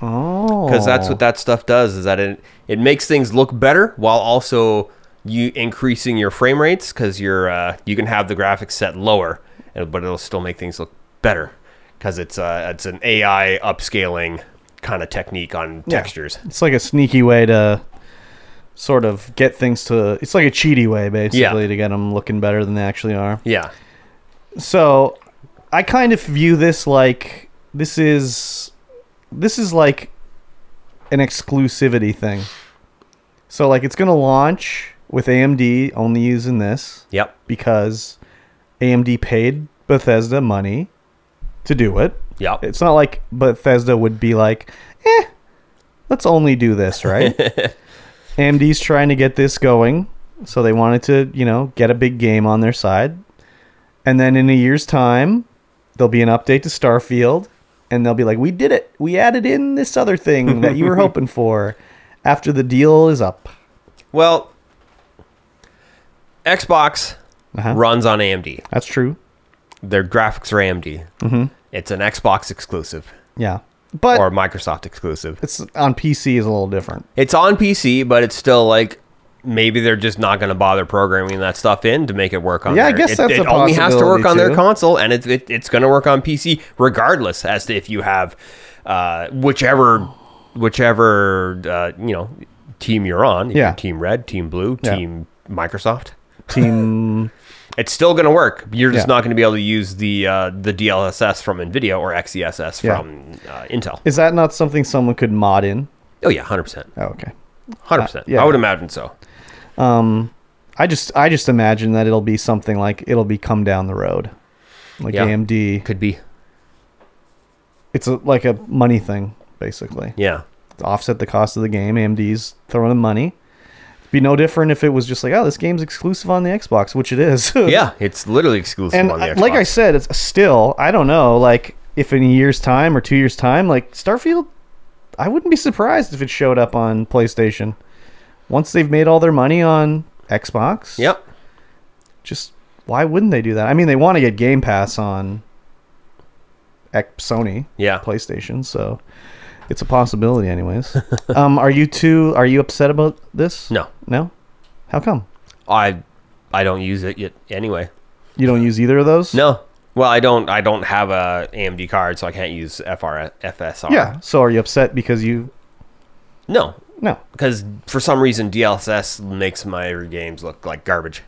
Oh.
because that's what that stuff does is that it it makes things look better while also you increasing your frame rates because you're uh, you can have the graphics set lower and- but it'll still make things look better because it's uh, it's an AI upscaling kind of technique on
Yeah.
textures.
It's like a sneaky way to sort of get things to. It's like a cheaty way, basically, to get them looking better than they actually are.
Yeah,
So I kind of view this like this is this is like an exclusivity thing. So like it's gonna launch with AMD only using this
Yep.
because AMD paid Bethesda money to do it.
Yep.
It's not like Bethesda would be like, eh, let's only do this, right? AMD's trying to get this going, so they wanted to, you know, get a big game on their side. And then in a year's time, there'll be an update to Starfield, and they'll be like, we did it. We added in this other thing that you were hoping for after the deal is up.
Well, Xbox
Uh-huh.
runs on AMD.
That's true.
Their graphics are AMD. Mm-hmm. It's an Xbox exclusive
Yeah. But
or Microsoft exclusive.
it's on PC is a little different.
It's on PC, but it's still like maybe they're just not going to bother programming that stuff in to make it work on.
Yeah, I
their-
guess
it,
that's
it
a
only has to work on their
possibility, too.
console, and it, it, it's going to work on PC regardless as to if you have uh, whichever whichever uh, you know team you're on. You
Yeah.
can Team Red, Team Blue,
Yeah.
Team Microsoft.
Team
it's still going to work. You're just
Yeah.
not going to be able to use the uh, the DLSS from Nvidia or XeSS
Yeah.
from uh, Intel.
is that not something someone could mod in?
oh yeah, hundred percent,
Oh, okay.
hundred percent.
Uh, yeah.
I would imagine so.
I just I just imagine that it'll be something like it'll be come down the road, like
Yeah.
AMD.
Could be.
It's a, like a money thing basically.
Yeah.
To offset the cost of the game, AMD's throwing the money. It'd be no different if it was just like, oh, this game's exclusive on the Xbox, which it is.
Yeah, it's literally exclusive
and
on the
I-
Xbox.
like I said, it's still I don't know like if in a year's time or two years time, like Starfield, I wouldn't be surprised if it showed up on PlayStation. Once they've made all their money on Xbox,
Yep.
just why wouldn't they do that? I mean, they want to get Game Pass on X- Sony,
Yeah.
PlayStation, so it's a possibility, anyways. um, are you too? Are you upset about this?
No,
no. How come
I I don't use it yet anyway.
you don't use either of those?
No. Well, I don't. I don't have a AMD card, so I can't use FR FSR.
Yeah. So are you upset because you?
No,
No.
because for some reason DLSS makes my games look like garbage.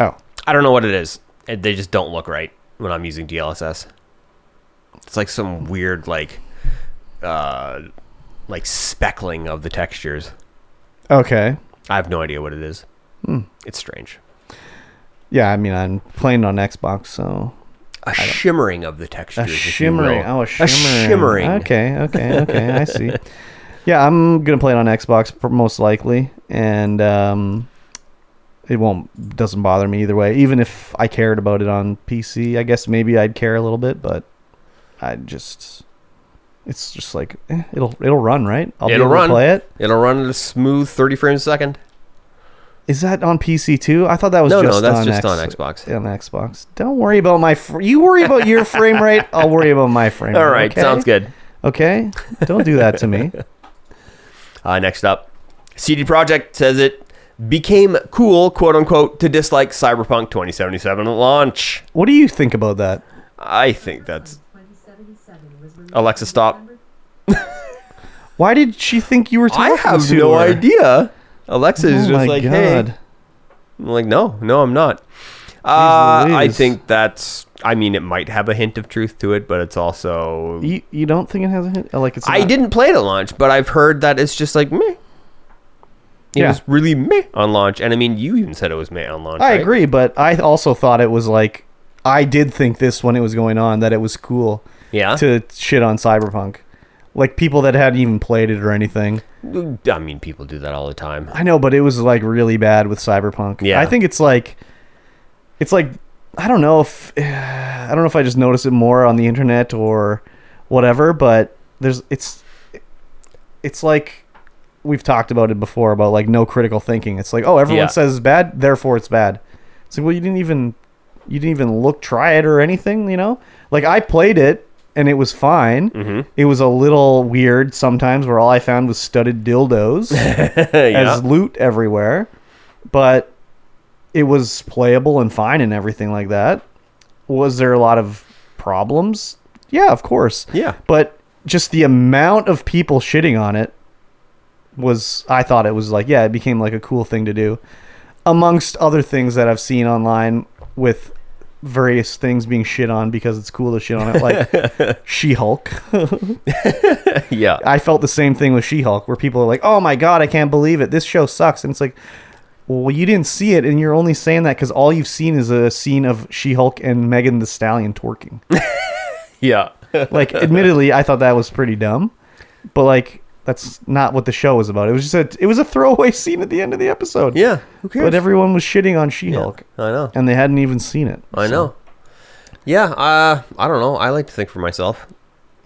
Oh,
I don't know what it is. It- They just don't look right when I'm using DLSS. It's like some weird like uh like speckling of the textures.
okay.
I have no idea what it is.
Hmm.
It's strange.
Yeah, I mean, I'm playing on Xbox, so
A shimmering of the
a
textures. if you
shimmering.
will.
Oh, a shimmering.
shimmering.
Okay, okay, okay. I see. Yeah, I'm gonna play it on Xbox pr- most likely, and um, it won't doesn't bother me either way. Even if I cared about it on PC, I guess maybe I'd care a little bit, but I just it's just like eh, it'll it'll run right. I'll
It'll
be able
run.
to play it.
It'll run at a smooth 30 frames a second.
Is that on PC too? I thought that was
No, no,
just
that's
on
just on
X-
Xbox.
On Xbox. Don't worry about my. Fr- you worry about your frame rate. I'll worry about my frame.
All
rate,
right,
okay?
sounds good.
Okay, don't do that to me.
Uh, next up, CD Projekt says it became cool, quote unquote, to dislike Cyberpunk 2077 at launch.
What do you think about that?
I think that's Alexa, stop.
Why did she think you were talking
I have
to
no
her?
idea. Alexa
Oh
is
my
just like,
god.
hey. I'm like, no, no, I'm not. Uh, I
Louise.
think that's. I mean, it might have a hint of truth to it, but it's also.
You, you don't think it has a hint? Oh, Like it's.
I
not-
didn't play it at launch, but I've heard that it's just like meh. It
Yeah.
was really meh on launch, and I mean, you even said it was meh on launch.
I
right?
agree, but I also thought it was like. I did think this when it was going on that it was cool
Yeah.
to shit on Cyberpunk, like people that hadn't even played it or anything.
I mean, people do that all the time.
I know, but it was like really bad with Cyberpunk.
Yeah.
I think it's like, it's like, I don't know if, I don't know if I just notice it more on the internet or whatever, but there's, it's, it's like, we've talked about it before about like no critical thinking. It's like, oh, everyone
Yeah.
says it's bad, therefore it's bad. It's like, well, you didn't even, you didn't even look, try it or anything, you know? Like I played it and it was fine.
Mm-hmm.
It was a little weird sometimes where all I found was studded dildos
yeah.
as loot everywhere, but it was playable and fine and everything like that. Was there a lot of problems? Yeah, of course.
Yeah.
But just the amount of people shitting on it was I thought it was like, yeah, it became like a cool thing to do amongst other things that I've seen online with various things being shit on because it's cool to shit on it, like She Hulk.
yeah.
I felt the same thing with She Hulk, where people are like, "Oh my god, I can't believe it! This show sucks," and it's like, well, you didn't see it, and you're only saying that because all you've seen is a scene of She Hulk and Megan the Stallion twerking.
yeah.
like, admittedly, I thought that was pretty dumb, but like, that's not what the show was about. It was just a, it was a throwaway scene at the end of the episode.
Yeah. Who cares?
But everyone was shitting on She Hulk,
I know.
and they hadn't even seen it.
I
So-
know. Yeah, uh, I don't know. I like to think for myself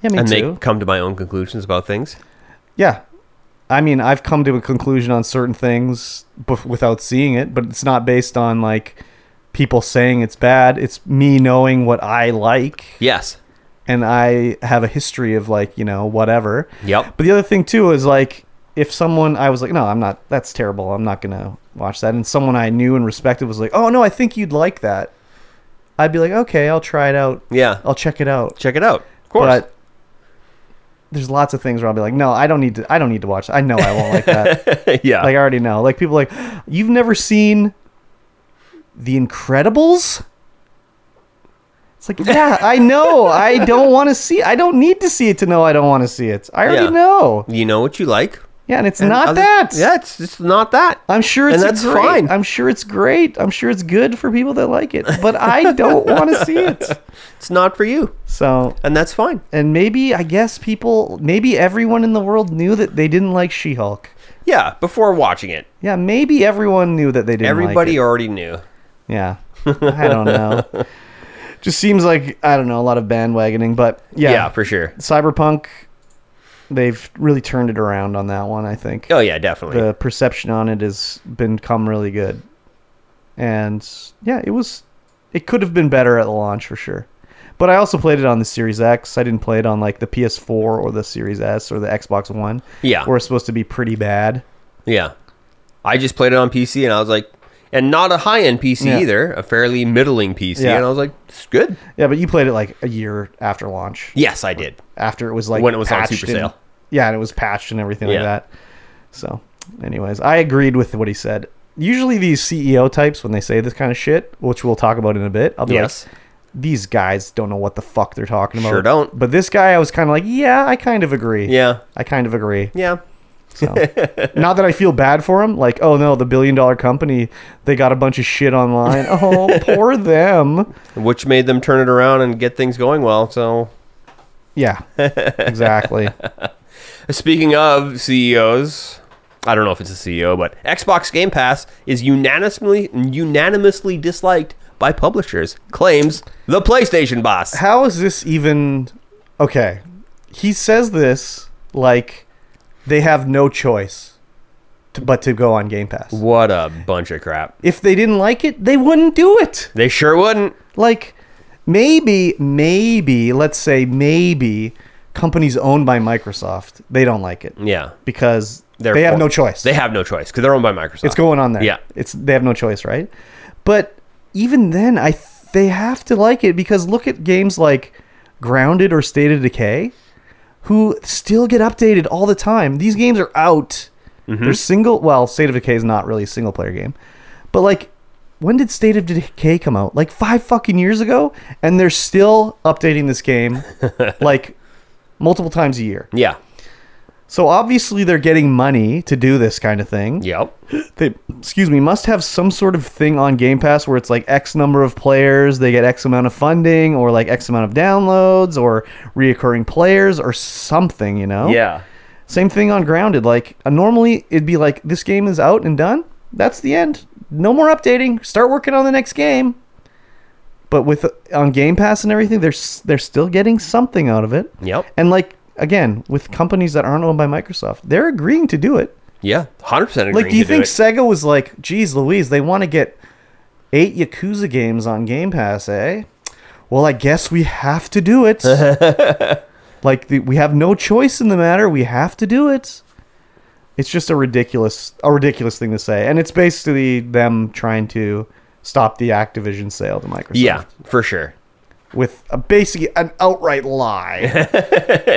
Yeah, me
and
too.
make come to my own conclusions about things.
Yeah. I mean, I've come to a conclusion on certain things bef- without seeing it, but it's not based on like people saying it's bad. It's me knowing what I like
Yes.
and I have a history of like, you know, whatever.
Yep.
But the other thing too is like if someone I was like, "No, I'm not. That's terrible. I'm not going to watch that." And someone I knew and respected was like, "Oh, no, I think you'd like that." I'd be like, "Okay, I'll try it out.
Yeah.
I'll check it out."
Check it out. Of course.
But there's lots of things where I'll be like, no, I don't need to. I don't need to watch. That. I know I won't like that.
yeah.
like I already know. Like people are like, you've never seen The Incredibles. It's like, yeah, I know. I don't want to see. I don't need to see it to know I don't want to see it. I already
Yeah.
know.
you know what you like.
Yeah, and it's
and
not
other-
that.
Yeah, it's just not that.
I'm sure it's
And
a
that's
great-
fine.
I'm sure it's great. I'm sure it's good for people that like it. But I don't want to see it.
It's not for you.
So
And that's fine.
and maybe I guess people, maybe everyone in the world knew that they didn't like She-Hulk.
Yeah, before watching it.
Yeah, maybe everyone knew that they didn't.
Everybody
like
already knew.
it. yeah, I don't know. Just seems like I don't know a lot of bandwagoning, but yeah,
Yeah. for sure.
Cyberpunk, they've really turned it around on that one. I think
Oh yeah, definitely.
the perception on it has become really good, and yeah, it was. It could have been better at the launch for sure. But I also played it on the Series X. I didn't play it on like the PS4 or the Series S or the Xbox One.
Yeah.
where it's supposed to be pretty bad.
yeah. I just played it on PC and I was like and not a high end PC
Yeah.
either, a fairly middling PC.
Yeah.
And I was like, it's good.
Yeah, but you played it like a year after launch.
Yes, I did.
after it was like
When it was on
patched
super
and-
sale.
Yeah, and it was patched and everything
Yeah.
like that. So, anyways, I agreed with what he said. Usually, these CEO types, when they say this kind of shit, which we'll talk about in a bit, I'll be
Yes.
like, "These guys don't know what the fuck they're talking about."
Sure don't.
But this guy, I was kind of like, "Yeah, I kind of agree."
Yeah.
I kind of agree.
Yeah.
So, not that I feel bad for him. Like, oh no, the billion dollar company, they got a bunch of shit online. Oh, poor them.
Which made them turn it around and get things going well. So
Yeah, exactly.
Speaking of CEOs, I don't know if it's a CEO, but Xbox Game Pass is unanimously unanimously disliked by publishers, claims the PlayStation boss.
how is this even okay he says this like they have no choice to, but to go on game pass
What a bunch of crap.
if they didn't like it they wouldn't do it
They sure wouldn't.
like maybe maybe let's say maybe companies owned by microsoft they don't like it
Yeah.
because
Mm. They're
they have
for-
no choice
They have no choice because they're owned by Microsoft.
it's going on there
Yeah.
it's they have no choice right but even then i th- they have to like it because look at games like grounded or state of decay who still get updated all the time these games are out they're single well state of decay is not really a single player game but like when did state of decay come out like five fucking years ago and they're still updating this game like multiple times a year
Yeah.
so obviously they're getting money to do this kind of thing
Yep.
they excuse me must have some sort of thing on game pass where it's like x number of players they get x amount of funding or like x amount of downloads or reoccurring players or something you know
Yeah.
same thing on grounded like uh, normally it'd be like this game is out and done that's the end no more updating start working on the next game but with uh, on game pass and everything they're s- they're still getting something out of it
Yep.
and like again with companies that aren't owned by microsoft they're agreeing to do it
Yeah. 100% agree.
like, do you think Sega was like, geez, Louise, they want to get eight Yakuza games on Game Pass, eh? Well, I guess we have to do it. like, the, we have no choice in the matter. We have to do it. It's just a ridiculous, a ridiculous thing to say, and it's basically them trying to stop the Activision sale to Microsoft.
Yeah, for sure.
with a basically an outright lie.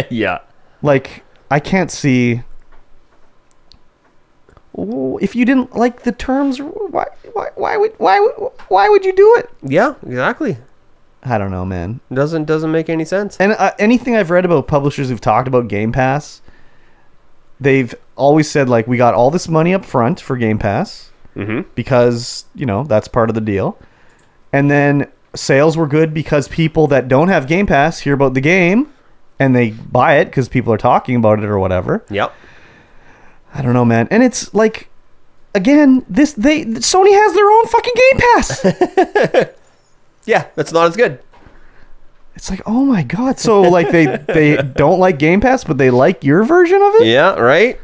yeah.
like I can't see Oh, if you didn't like the terms why why why would why would why would you do it?
Yeah, exactly.
I don't know, man.
Doesn't doesn't make any sense.
And uh, anything I've read about publishers who've talked about Game Pass, they've always said like we got all this money up front for Game Pass because you know that's part of the deal, and then sales were good because people that don't have Game Pass hear about the game and they buy it because people are talking about it or whatever.
Yep.
I don't know, man. And it's like, again, this they Sony has their own fucking Game Pass.
Yeah, that's not as good.
it's like, oh my god. So like they they don't like Game Pass, but they like your version of it.
Yeah, right.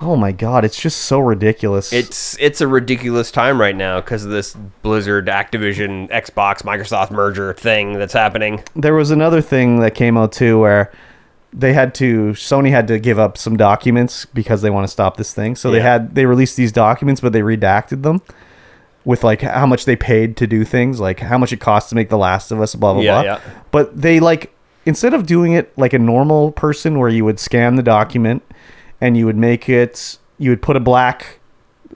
Oh my god, it's just so ridiculous.
It's it's a ridiculous time right now because of this Blizzard, Activision, Xbox, Microsoft merger thing that's happening.
there was another thing that came out too where they had to Sony had to give up some documents because they want to stop this thing. So they
Yeah.
had they released these documents but they redacted them with like how much they paid to do things, like how much it costs to make The Last of Us, blah blah
Yeah,
blah.
yeah.
But they like instead of doing it like a normal person where you would scan the document and you would make it you would put a black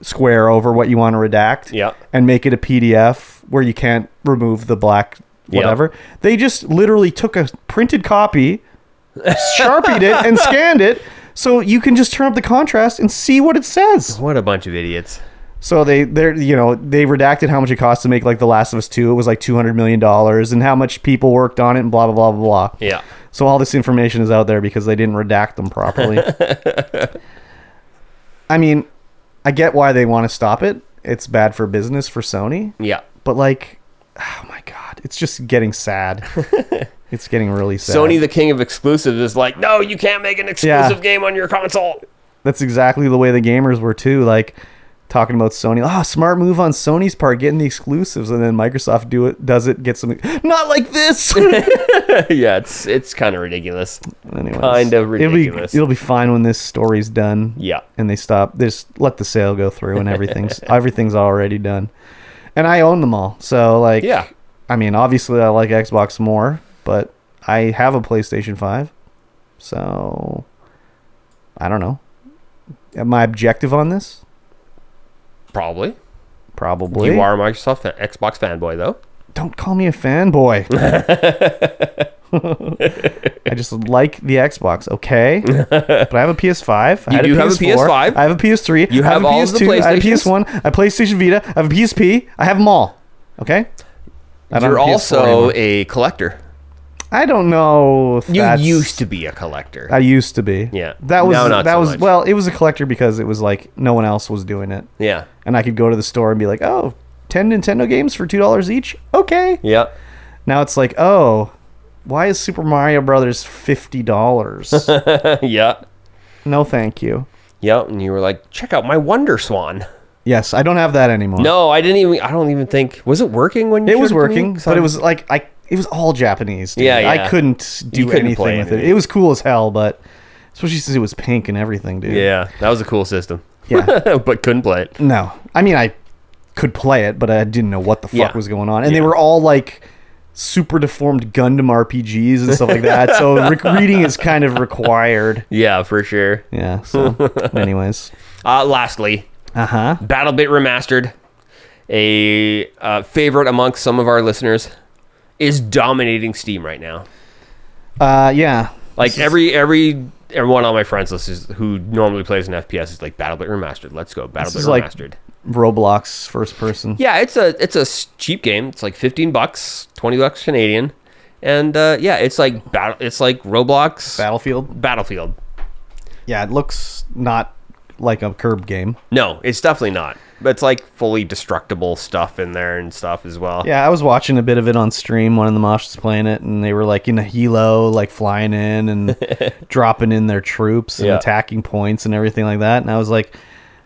square over what you want to redact
Yeah.
and make it a PDF where you can't remove the black
Yeah.
whatever. They just literally took a printed copy, sharpied it, and scanned it. So you can just turn up the contrast and see what it says.
What a bunch of idiots.
So they they're you know, they redacted how much it cost to make like The Last of Us 2. It was like two hundred million dollars and how much people worked on it and blah blah blah blah blah.
Yeah.
So all this information is out there because they didn't redact them properly. I mean, I get why they want to stop it. It's bad for business for Sony
Yeah.
but like oh my god it's just getting sad it's getting really sad
Sony, the king of exclusives, is like, no, you can't make an exclusive game on your console.
that's exactly the way the gamers were too like talking about sony oh smart move on sony's part getting the exclusives and then microsoft do it does it get something not like this
yeah, it's it's kind of ridiculous.
Anyways,
Kind of ridiculous.
it'll be, it'll be fine when this story's done
Yeah.
and they stop they just let the sale go through and everything's everything's already done and i own them all so like
Yeah.
i mean obviously i like xbox more but i have a playstation 5 so i don't know am i objective on this
Probably.
probably
You are a Microsoft fan, Xbox fanboy though.
don't call me a fanboy i just like the xbox okay but i have a ps5 I
You
had
do have a
PS4,
PS5.
i have a ps3
You
I
have
a
all of the
i have a
PlayStations?
ps1 i have a playstation vita i have a psp i have them all okay I don't
You're
have a PS4
also
anymore.
a collector.
i don't know if
You
that's-
used to be a collector.
i used to be
Yeah.
that was
Now not
that
so
was
much.
well it was a collector because it was like no one else was doing it
yeah.
and i could go to the store and be like oh 10 nintendo games for $2 each okay
Yeah.
Now it's like, oh, why is Super Mario Brothers fifty dollars?
yeah.
no, thank you.
Yep. And you were like, check out my Wonder Swan.
Yes, I don't have that anymore.
No, I didn't even. I don't even think. Was it working when you
it was
showed to me?
working,
'Cause
but it
I'm-
was like I. It was all Japanese. Dude.
Yeah, yeah.
I couldn't do
You couldn't
anything
play
with it.
anything.
It was cool as hell, but especially since it was pink and everything, dude.
Yeah, that was a cool system.
Yeah.
but couldn't play it.
No, I mean I could play it, but I didn't know what the fuck
Yeah.
was going on, and
Yeah.
they were all like super deformed Gundam RPGs and stuff like that. so re- reading is kind of required.
Yeah, for sure.
Yeah. So, anyways,
Uh, lastly,
uh huh.
Battle Bit Remastered, a uh, favorite amongst some of our listeners, is dominating Steam right now.
Uh, yeah.
Like every every everyone on my friends list is, who normally plays an FPS is like Battle Bit Remastered. Let's go Battle Bit
is like-
Remastered.
Roblox first person.
yeah, it's a it's a s- cheap game. It's like fifteen bucks, twenty bucks Canadian, and uh, yeah, it's like battle. It's like Roblox
Battlefield.
Battlefield.
Yeah, it looks not like a curb game.
No, it's definitely not. But it's like fully destructible stuff in there and stuff as well.
Yeah, I was watching a bit of it on stream. One of the mosh was playing it, and they were like in a helo, like flying in and dropping in their troops and
Yeah.
attacking points and everything like that. And I was like,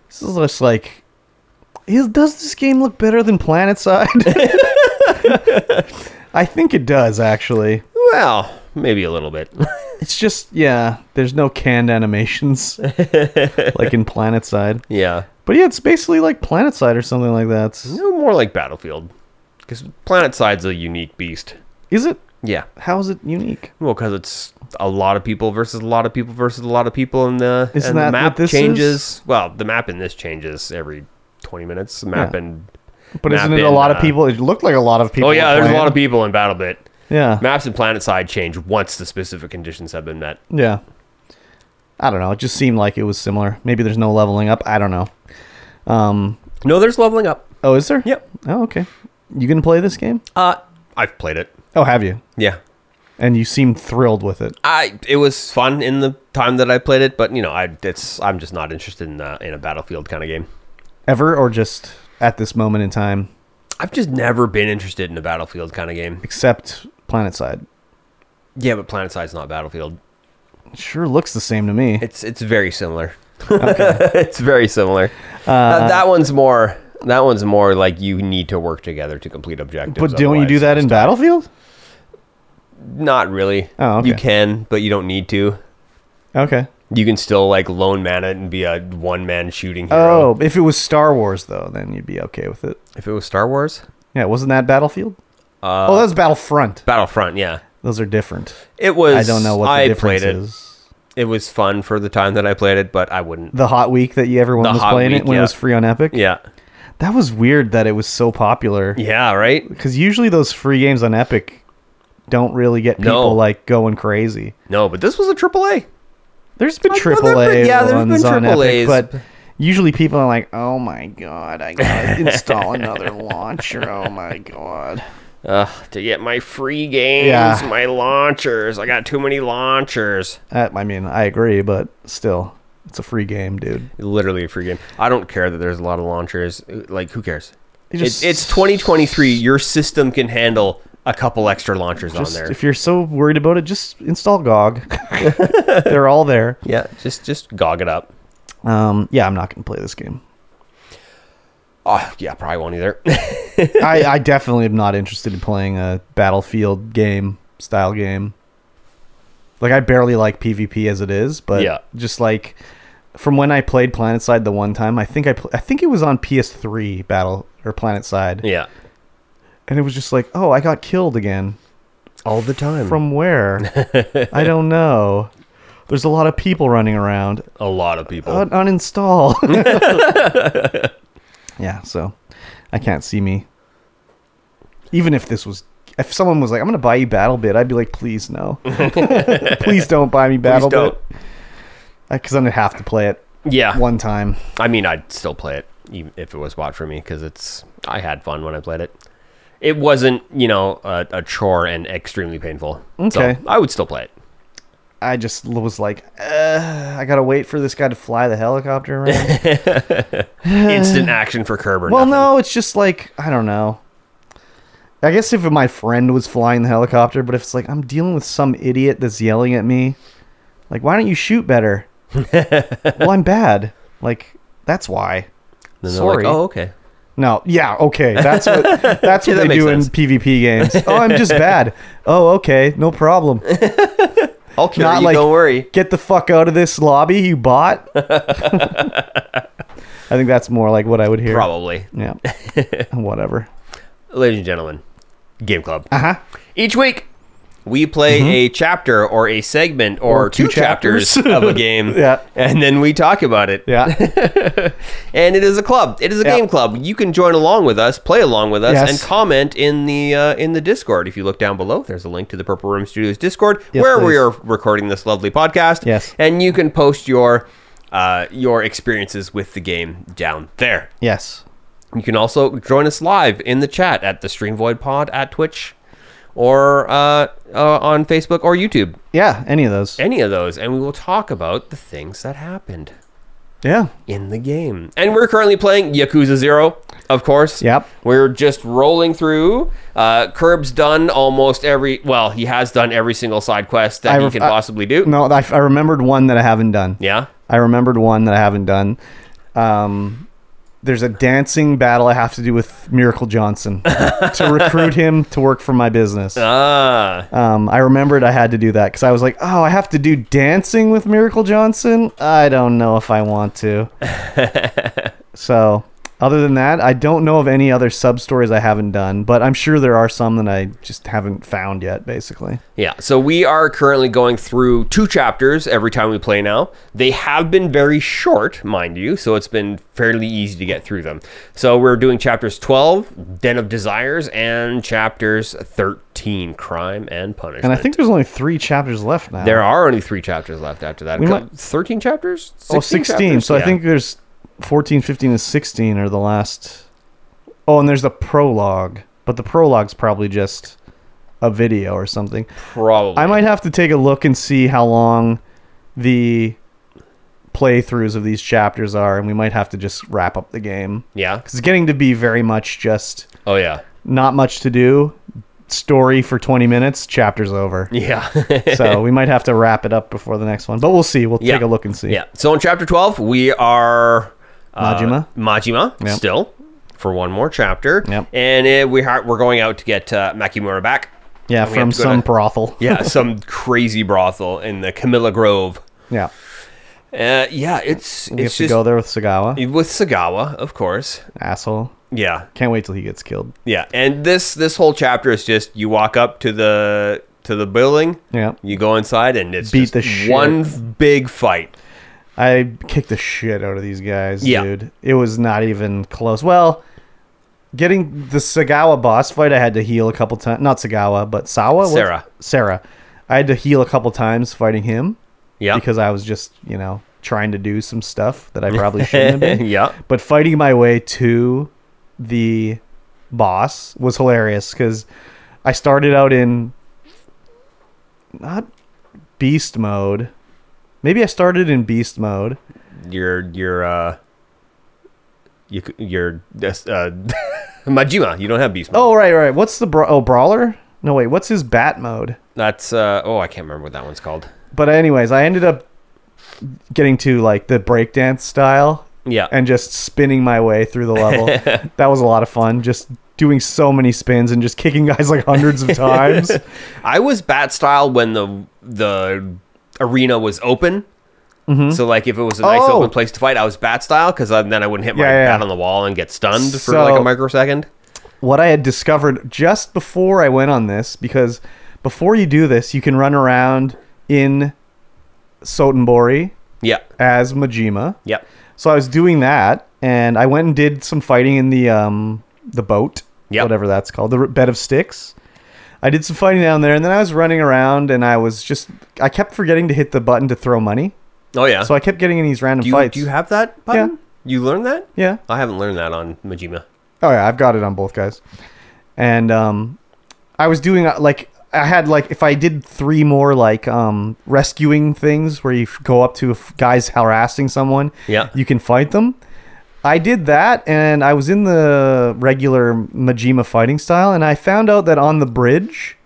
this is just like. Is, does this game look better than Planetside? I think it does, actually.
Well, maybe a little bit.
It's just, yeah, there's no canned animations like in Planetside.
yeah.
But yeah, it's basically like Planetside or something like that. It's-
No, more like Battlefield. Because Planetside's a unique beast.
Is it?
Yeah.
How is it unique?
Well, because it's a lot of people versus a lot of people versus a lot of people, and the,
Isn't
and
that
the map
what this
changes. Well, the map in this changes every 20 minutes. The map
Yeah.
in.
But
map
isn't it
in,
a lot of
uh,
people? It looked like a lot of people.
Oh, yeah,
were
there's a
playing.
lot of people in Battlebit.
Yeah.
Maps and planet side change once the specific conditions have been met.
Yeah. I don't know. It just seemed like it was similar. Maybe there's no leveling up. I don't know. Um.
No, there's leveling up.
Oh, is there?
Yep.
Oh, okay. You gonna play this game?
Uh, I've played it.
Oh, have you?
Yeah.
And you seem thrilled with it.
I it was fun in the time that I played it, but you know, I it's I'm just not interested in uh, in a battlefield kind of game.
Ever or just at this moment in time,
I've just never been interested in a battlefield kind of game.
except Planet Side.
Yeah, but Planet Side's not Battlefield.
It sure looks the same to me.
It's it's very similar. it's very similar. Uh, that one's more. That one's more like you need to work together to complete objectives.
but don't you
otherwise
do that
it's
in
not-
Battlefield?
Not really.
Oh, okay.
You can, but you don't need to.
Okay.
You can still like lone man it and be a one man shooting hero.
Oh, if it was Star Wars though, then you'd be okay with it.
If it was Star Wars,
Yeah, wasn't that Battlefield? Uh, oh, that's Battlefront.
Battlefront, yeah.
Those are different.
It was.
I don't know what the
I
difference
played
is.
It. it was fun for the time that I played it, but I wouldn't.
The hot week that you everyone
The
was
hot
playing
week,
it when
yeah.
it was free on Epic.
Yeah.
That was weird that it was so popular.
Yeah. Right.
Because usually those free games on Epic don't really get people
No.
like going crazy.
No, but this was a triple A.
There's been
Like, well,
triple
there've
AAA
been- yeah, there's been
ones on Epic,
AAAs.
but usually people are like, "Oh my god, I gotta install another launcher." Oh my god.
Ugh, to get my free games,
Yeah.
my launchers. I got too many launchers.
Uh, I mean, I agree, but still, it's a free game, dude.
Literally a free game. I don't care that there's a lot of launchers. Like, who cares?
It just-
It- it's 2023. Your system can handle a couple extra launchers
Just,
on there.
If you're so worried about it, just install GOG. They're all there.
yeah, just just gog it up.
Um, yeah, I'm not gonna play this game.
Oh, yeah, probably won't either.
I, I definitely am not interested in playing a battlefield game style game. Like I barely like PvP as it is, but
Yeah.
just like from when I played PlanetSide the one time, I think I pl- I think it was on PS3 Battle or PlanetSide,
yeah,
and it was just like, oh, I got killed again.
all the time.
From where? I don't know. There's a lot of people running around.
a lot of people.
Un- uninstall. yeah, so I can't see me. Even if this was, if someone was like, "I'm gonna buy you BattleBit," I'd be like, "Please no, please don't buy me
Please
BattleBit,"
don't.
because I'm gonna have to play it
Yeah,
one time.
I mean, I'd still play it even if it was bought for me because it's I had fun when I played it. It wasn't you know a, a chore and extremely painful.
Okay.
so I would still play it.
I just was like, uh, I gotta wait for this guy to fly the helicopter around.
Instant action for Kerber.
well, no, it's just like I don't know. I guess if my friend was flying the helicopter, but if it's like I'm dealing with some idiot that's yelling at me, like why don't you shoot better? well, I'm bad. Like that's why.
Then they're
Sorry.
Like, oh, okay.
No, yeah, okay. That's what that's
Yeah,
what
that
they
makes
do
sense.
in PvP games. Oh, I'm just bad. Oh, okay, no problem.
I'll kill
Not
you.
like-
don't worry.
Get the fuck out of this lobby you bought. I think that's more like what I would hear.
Probably,
Yeah. Whatever.
ladies and gentlemen, Game Club.
Uh huh.
Each week, we play a chapter or a segment or,
Mm-hmm. Or
two,
two
chapters,
chapters.
of a game.
Yeah.
and then we talk about it.
Yeah.
and it is a club. It is a
Yeah.
game club. You can join along with us, play along with us,
Yes.
and comment in the uh, in the Discord. If you look down below, there's a link to the Purple Room Studios Discord
Yes,
where we
please.
are recording this lovely podcast.
Yes.
and you can post your uh, your experiences with the game down there.
yes.
You can also join us live in the chat at the Stream Void Pod at Twitch or uh, uh, on Facebook or YouTube.
Yeah. Any of those.
Any of those, and we will talk about the things that happened
Yeah.
in the game. And we're currently playing Yakuza Zero, of course.
Yep.
We're just rolling through. Uh, Curb's done almost every. Well, he has done every single side quest that
I
he
ref-
can
I-
possibly do.
No, I, I remembered one that I haven't done.
Yeah.
I remembered one that I haven't done. Um, there's a dancing battle I have to do with Miracle Johnson to recruit him to work for my business.
Ah.
Um, I remembered I had to do that because I was like, oh, I have to do dancing with Miracle Johnson? I don't know if I want to. so Other than that, I don't know of any other sub stories I haven't done, but I'm sure there are some that I just haven't found yet. Basically,
Yeah, so we are currently going through two chapters every time we play now. They have been very short, mind you, so it's been fairly easy to get through them. So we're doing chapters 12, Den of Desires, and chapters 13, Crime and Punishment.
and I think there's only three chapters left now.
there are only three chapters left after that.
We might-
13 chapters? 16
oh, 16.
chapters?
So I
Yeah.
think there's 14, 15, and 16 are the last. Oh, and there's the prologue, but the prologue's probably just a video or something.
probably.
I might have to take a look and see how long the playthroughs of these chapters are, and we might have to just wrap up the game
Yeah.
because it's getting to be very much just
Oh, yeah.
not much to do. Story for 20 minutes, chapters over.
Yeah.
so we might have to wrap it up before the next one, but we'll see. We'll
Yeah.
take a look and see.
Yeah. So in chapter 12, we are uh,
Majima?
Majima
Yep.
still for one more chapter.
Yep.
And uh, we are, we're going out to get uh, Makimura back.
Yeah,
we
from
have to go
some
to-
brothel.
Yeah, some crazy brothel in the Camilla Grove.
yeah.
Uh, yeah, it's
We have
it's
to
just
go there with Sagawa.
with Sagawa, of course.
Asshole.
Yeah.
Can't wait till he gets killed.
Yeah. And this this whole chapter is just you walk up to the to the building.
Yeah.
You go inside and it's
Beat
just
the shit.
one big fight.
I kicked the shit out of these guys,
Yeah.
dude. It was not even close. Well, getting the Sagawa boss fight, I had to heal a couple times. Not Sagawa, but Sawa? What-
Sarah.
Sarah. I had to heal a couple times fighting him
Yeah.
because I was just, you know, trying to do some stuff that I probably shouldn't have been.
yeah.
But fighting my way to the boss was hilarious because I started out in not beast mode. Maybe I started in beast mode.
your your uh you c- your this, uh Majima, you don't have beast mode.
Oh right, right. What's the bra- oh brawler? No wait, what's his bat mode?
That's uh oh, I can't remember what that one's called.
But anyways, I ended up getting to like the breakdance style
Yeah.
and just spinning my way through the level. that was a lot of fun. Just doing so many spins and just kicking guys like hundreds of times.
I was bat style when the the arena was open. So like if it was a nice
Mm-hmm. Oh.
open place to fight, I was bat style because then I wouldn't hit my
Yeah, yeah,
bat
yeah.
on the wall and get stunned for like a
So-
microsecond.
what I had discovered just before I went on this, because before you do this, you can run around in Sotenbori
Yeah.
as Majima.
Yep.
So I was doing that, and I went and did some fighting in the um the boat,
Yep.
whatever that's called, the r- bed of sticks. I did some fighting down there, and then I was running around, and I was just I kept forgetting to hit the button to throw money,
Oh yeah.
so I kept getting in these random
do you
fights.
do you have that button? You learned that?
yeah.
I haven't learned that on Majima.
Oh yeah, I've got it on both guys. And um I was doing uh, like I had like if I did three more like um rescuing things where you f- go up to if guys harassing someone,
Yeah.
you can fight them. I did that and I was in the regular Majima fighting style and I found out that on the bridge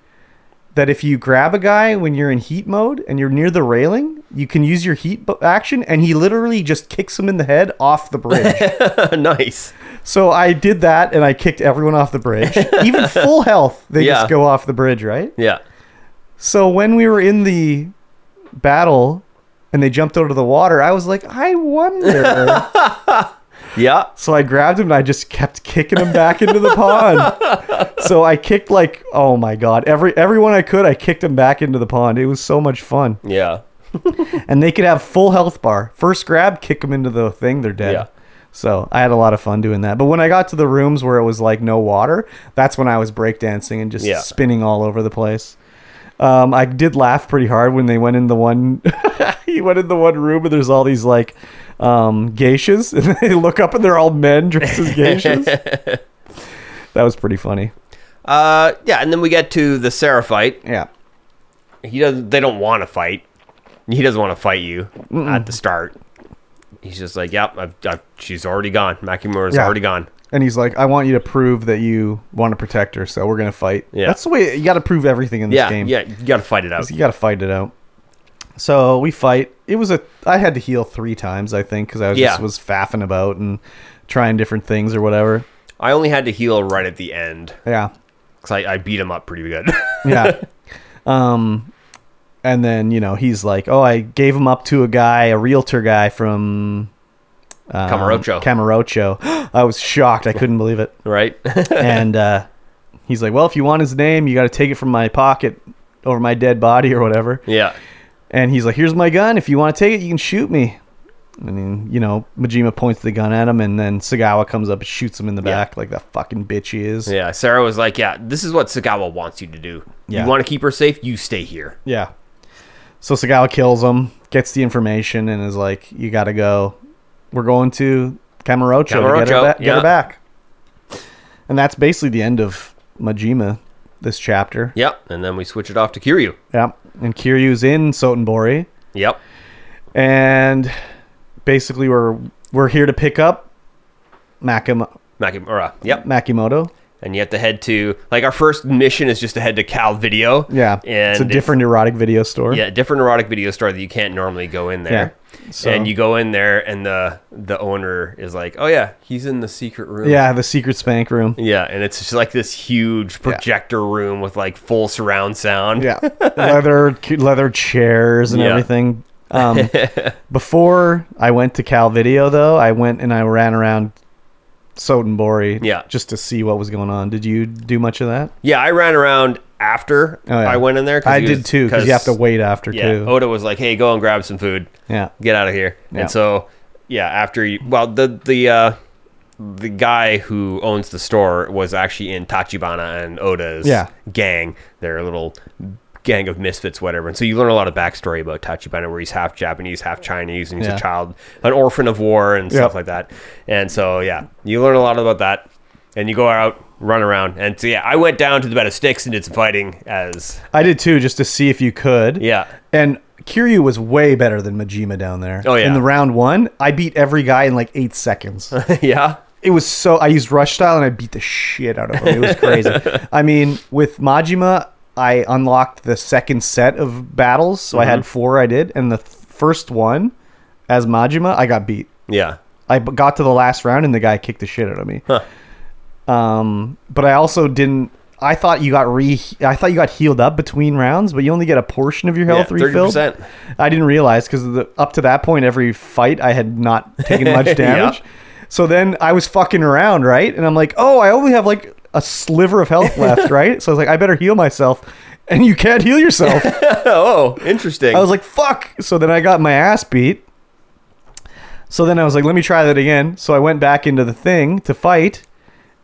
that if you grab a guy when you're in heat mode and you're near the railing, you can use your heat bu- action and he literally just kicks him in the head off the bridge.
nice.
So I did that and I kicked everyone off the bridge. Even full health, they
Yeah.
just go off the bridge, right?
Yeah.
So when we were in the battle and they jumped out of the water, I was like, I wonder.
Yeah.
so I grabbed him and I just kept kicking him back into the pond. So I kicked like, oh my god, every everyone I could, I kicked him back into the pond. It was so much fun.
Yeah.
And they could have full health bar. First grab, kick them into the thing, they're dead.
Yeah.
So I had a lot of fun doing that. But when I got to the rooms where it was like no water, that's when I was breakdancing and just
Yeah.
spinning all over the place. Um, I did laugh pretty hard when they went in the one he went in the one room and there's all these like um, geishas and they look up and they're all men dressed as geishas. that was pretty funny.
Uh, yeah, and then we get to the Sarah fight.
Yeah.
He doesn't. They don't want to fight. He doesn't want to fight you at the start. He's just like, "Yep, I've, I've, she's already gone. Makimura's
Yeah.
already gone."
And he's like, I want you to prove that you want to protect her, so we're gonna fight.
Yeah.
That's the way you gotta prove everything in this
yeah,
game.
yeah. You gotta fight it out.
You got to fight it out. So we fight. It was a. I had to heal three times, I think, because I was just
Yeah.
was faffing about and trying different things or whatever.
I only had to heal right at the end
Yeah,
because I, I beat him up pretty good.
yeah. um, and then you know he's like, "Oh, I gave him up to a guy, a realtor guy from
Camarocho.
Camarocho. I was shocked. I couldn't believe it.
right?
and uh, he's like, "Well, if you want his name, you got to take it from my pocket over my dead body or whatever."
yeah.
And he's like, "Here's my gun. If you want to take it, you can shoot me." And then, you know, Majima points the gun at him, and then Sagawa comes up and shoots him in the back like that fucking bitch he is.
Yeah. Sarah was like, yeah, this is what Sagawa wants you to do.
Yeah.
You want to keep her safe? You stay here.
Yeah. So Sagawa kills him, gets the information, and is like, "You got to go. We're going to Camarocho, to get her,
Camarocho,
ba- get
yeah.
her back." And that's basically the end of Majima, this chapter.
Yep. And then we switch it off to Kiryu.
Yeah. And Kiryu's in Sotenbori.
Yep.
And basically we're we're here to pick up Makima,
Makimura. uh, Yep.
Makimoto.
And you have to head to, like, our first mission is just to head to Cal Video.
Yeah.
And
it's a different erotic video store.
Yeah, different erotic video store that you can't normally go in there.
Yeah, so-
And you go in there, and the the owner is like, "Oh yeah, he's in the secret room."
Yeah, the secret spank room.
yeah, and it's just like this huge projector room with like full surround sound.
Yeah. leather leather chairs and
Yeah.
everything. Um, before I went to Cal Video though, I went and I ran around Sotenbori
Yeah.
just to see what was going on. Did you do much of that?
yeah. I ran around after
Oh, yeah.
I went in there. 'cause
I
he
did
was-
too because you have to wait after
Yeah,
too.
Oda was like, "Hey, go and grab some food.
yeah.
Get out of here."
Yeah.
And so, yeah, after you, well, the the uh, the guy who owns the store was actually in Tachibana and Oda's
Yeah.
gang, their little gang of misfits, whatever. And so you learn a lot of backstory about Tachibana, where he's half Japanese, half Chinese, and he's
Yeah.
a child, an orphan of war, and stuff
Yep.
like that. And so, yeah, you learn a lot about that. And you go out, run around, and so yeah, I went down to the bed of sticks and did some fighting. As
I did too, just to see if you could.
yeah,
And Kiryu was way better than Majima down there.
Oh, yeah.
In the round one, I beat every guy in like eight seconds.
yeah,
it was so I used rush style and I beat the shit out of him. It was crazy. I mean, with Majima, I unlocked the second set of battles, so I had four. I did, and the th- first one as Majima, I got beat.
yeah.
I b- got to the last round and the guy kicked the shit out of me. Um, but I also didn't. I thought you got re. I thought you got healed up between rounds, but you only get a portion of your health
Yeah,
refilled.
30%.
I didn't realize because up to that point, every fight I had not taken much damage. So then I was fucking around, right? And I'm like, oh, I only have like a sliver of health left, right? So I was like, I better heal myself. And you can't heal yourself.
Oh, interesting.
I was like, fuck. So then I got my ass beat. So then I was like, let me try that again. So I went back into the thing to fight,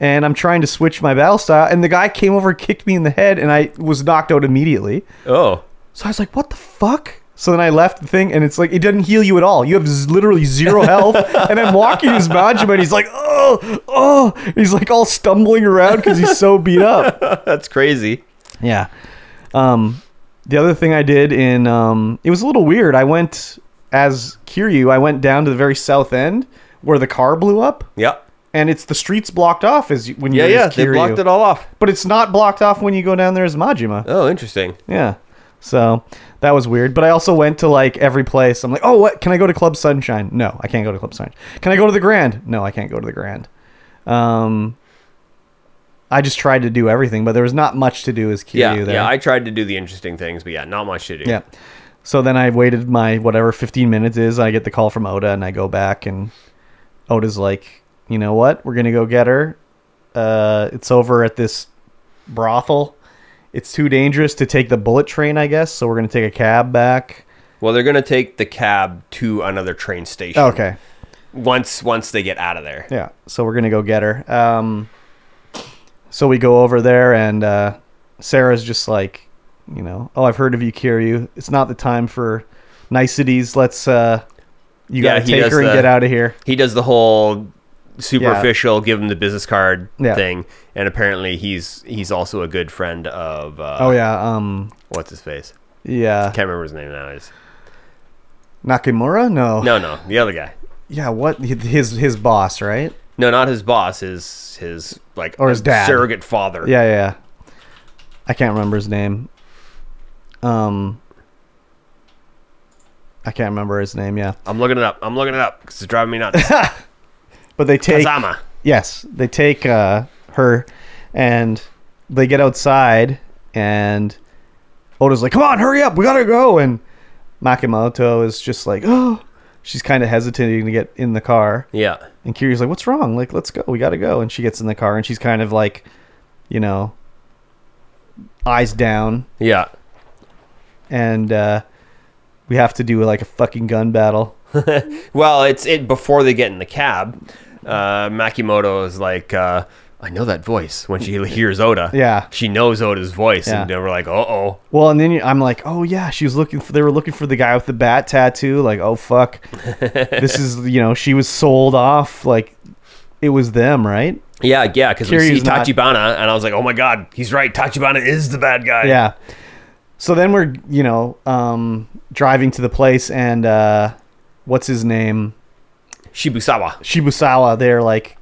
and I'm trying to switch my battle style. And the guy came over, kicked me in the head, and I was knocked out immediately.
oh,
So I was like, what the fuck? So then I left the thing, and it's like, it doesn't heal you at all. You have z- literally zero health. and I'm walking his Majima, and he's like, oh, oh. He's like all stumbling around because he's so beat up.
that's crazy.
Yeah. Um, the other thing I did in um, it was a little weird. I went as Kiryu. I went down to the very south end where the car blew up,
Yeah.
and it's the streets blocked off as you- when you
Yeah, yeah.
as
They
Kiryu.
blocked it all off.
but it's not blocked off when you go down there as Majima.
Oh, interesting.
Yeah. So that was weird. But I also went to like every place. I'm like, oh, what? Can I go to Club Sunshine? No, I can't go to Club Sunshine. Can I go to the Grand? No, I can't go to the Grand. Um, I just tried to do everything, but there was not much to do as Kiryu
Yeah,
there.
yeah. I tried to do the interesting things, but yeah, not much to do.
Yeah. So then I waited my whatever 15 minutes is. I get the call from Oda and I go back and Oda's like, "You know what? We're going to go get her. Uh it's over at this brothel. It's too dangerous to take the bullet train, I guess, so we're going to take a cab back."
Well, they're gonna take the cab to another train station.
Okay.
Once once they get out of there.
Yeah. So we're gonna go get her. Um, so we go over there, and uh, Sarah's just like, you know, oh, I've heard of you, Kiryu. It's not the time for niceties. Let's, uh, you
Yeah,
gotta
he
take
does
her and
the-
get out of here.
He does the whole superficial, give him the business card
Yeah.
thing, and apparently he's he's also a good friend of uh,
Oh yeah, um,
what's his face?
yeah,
Can't remember his name now. Is
Nakamura. No.
no, no, the other guy.
Yeah. What his his boss, right?
No, not his boss. His his like
Or his dad.
surrogate father.
Yeah, yeah. yeah. I can't remember his name. Um. I can't remember his name, yeah.
I'm looking it up. I'm looking it up because it's driving me nuts.
But they take
Kazama.
Yes, they take uh, her, and they get outside, and Oda's like, "Come on, hurry up, we gotta go." And Makimoto is just like, "Oh, she's kind of hesitating to get in the car.
Yeah.
And Kiri's like, "What's wrong? Like, let's go. We gotta go." And she gets in the car, and she's kind of like, you know, eyes down,
Yeah.
and uh, we have to do like a fucking gun battle.
Well, it's it before they get in the cab. Uh, Makimoto is like, uh, I know that voice when she hears Oda.
Yeah.
She knows Oda's voice, and
Yeah.
we're like, uh oh.
Well, and then you- I'm like, "Oh yeah, she was looking for. They were looking for the guy with the bat tattoo. Like, oh fuck, this is you know, she was sold off. Like, it was them, right?
Yeah, yeah, because we see
Kiryu's not-
Tachibana, and I was like, oh my god, he's right. Tachibana is the bad guy.
Yeah. So then we're, you know, um, driving to the place, and uh, what's his name?
Shibusawa.
Shibusawa. They're like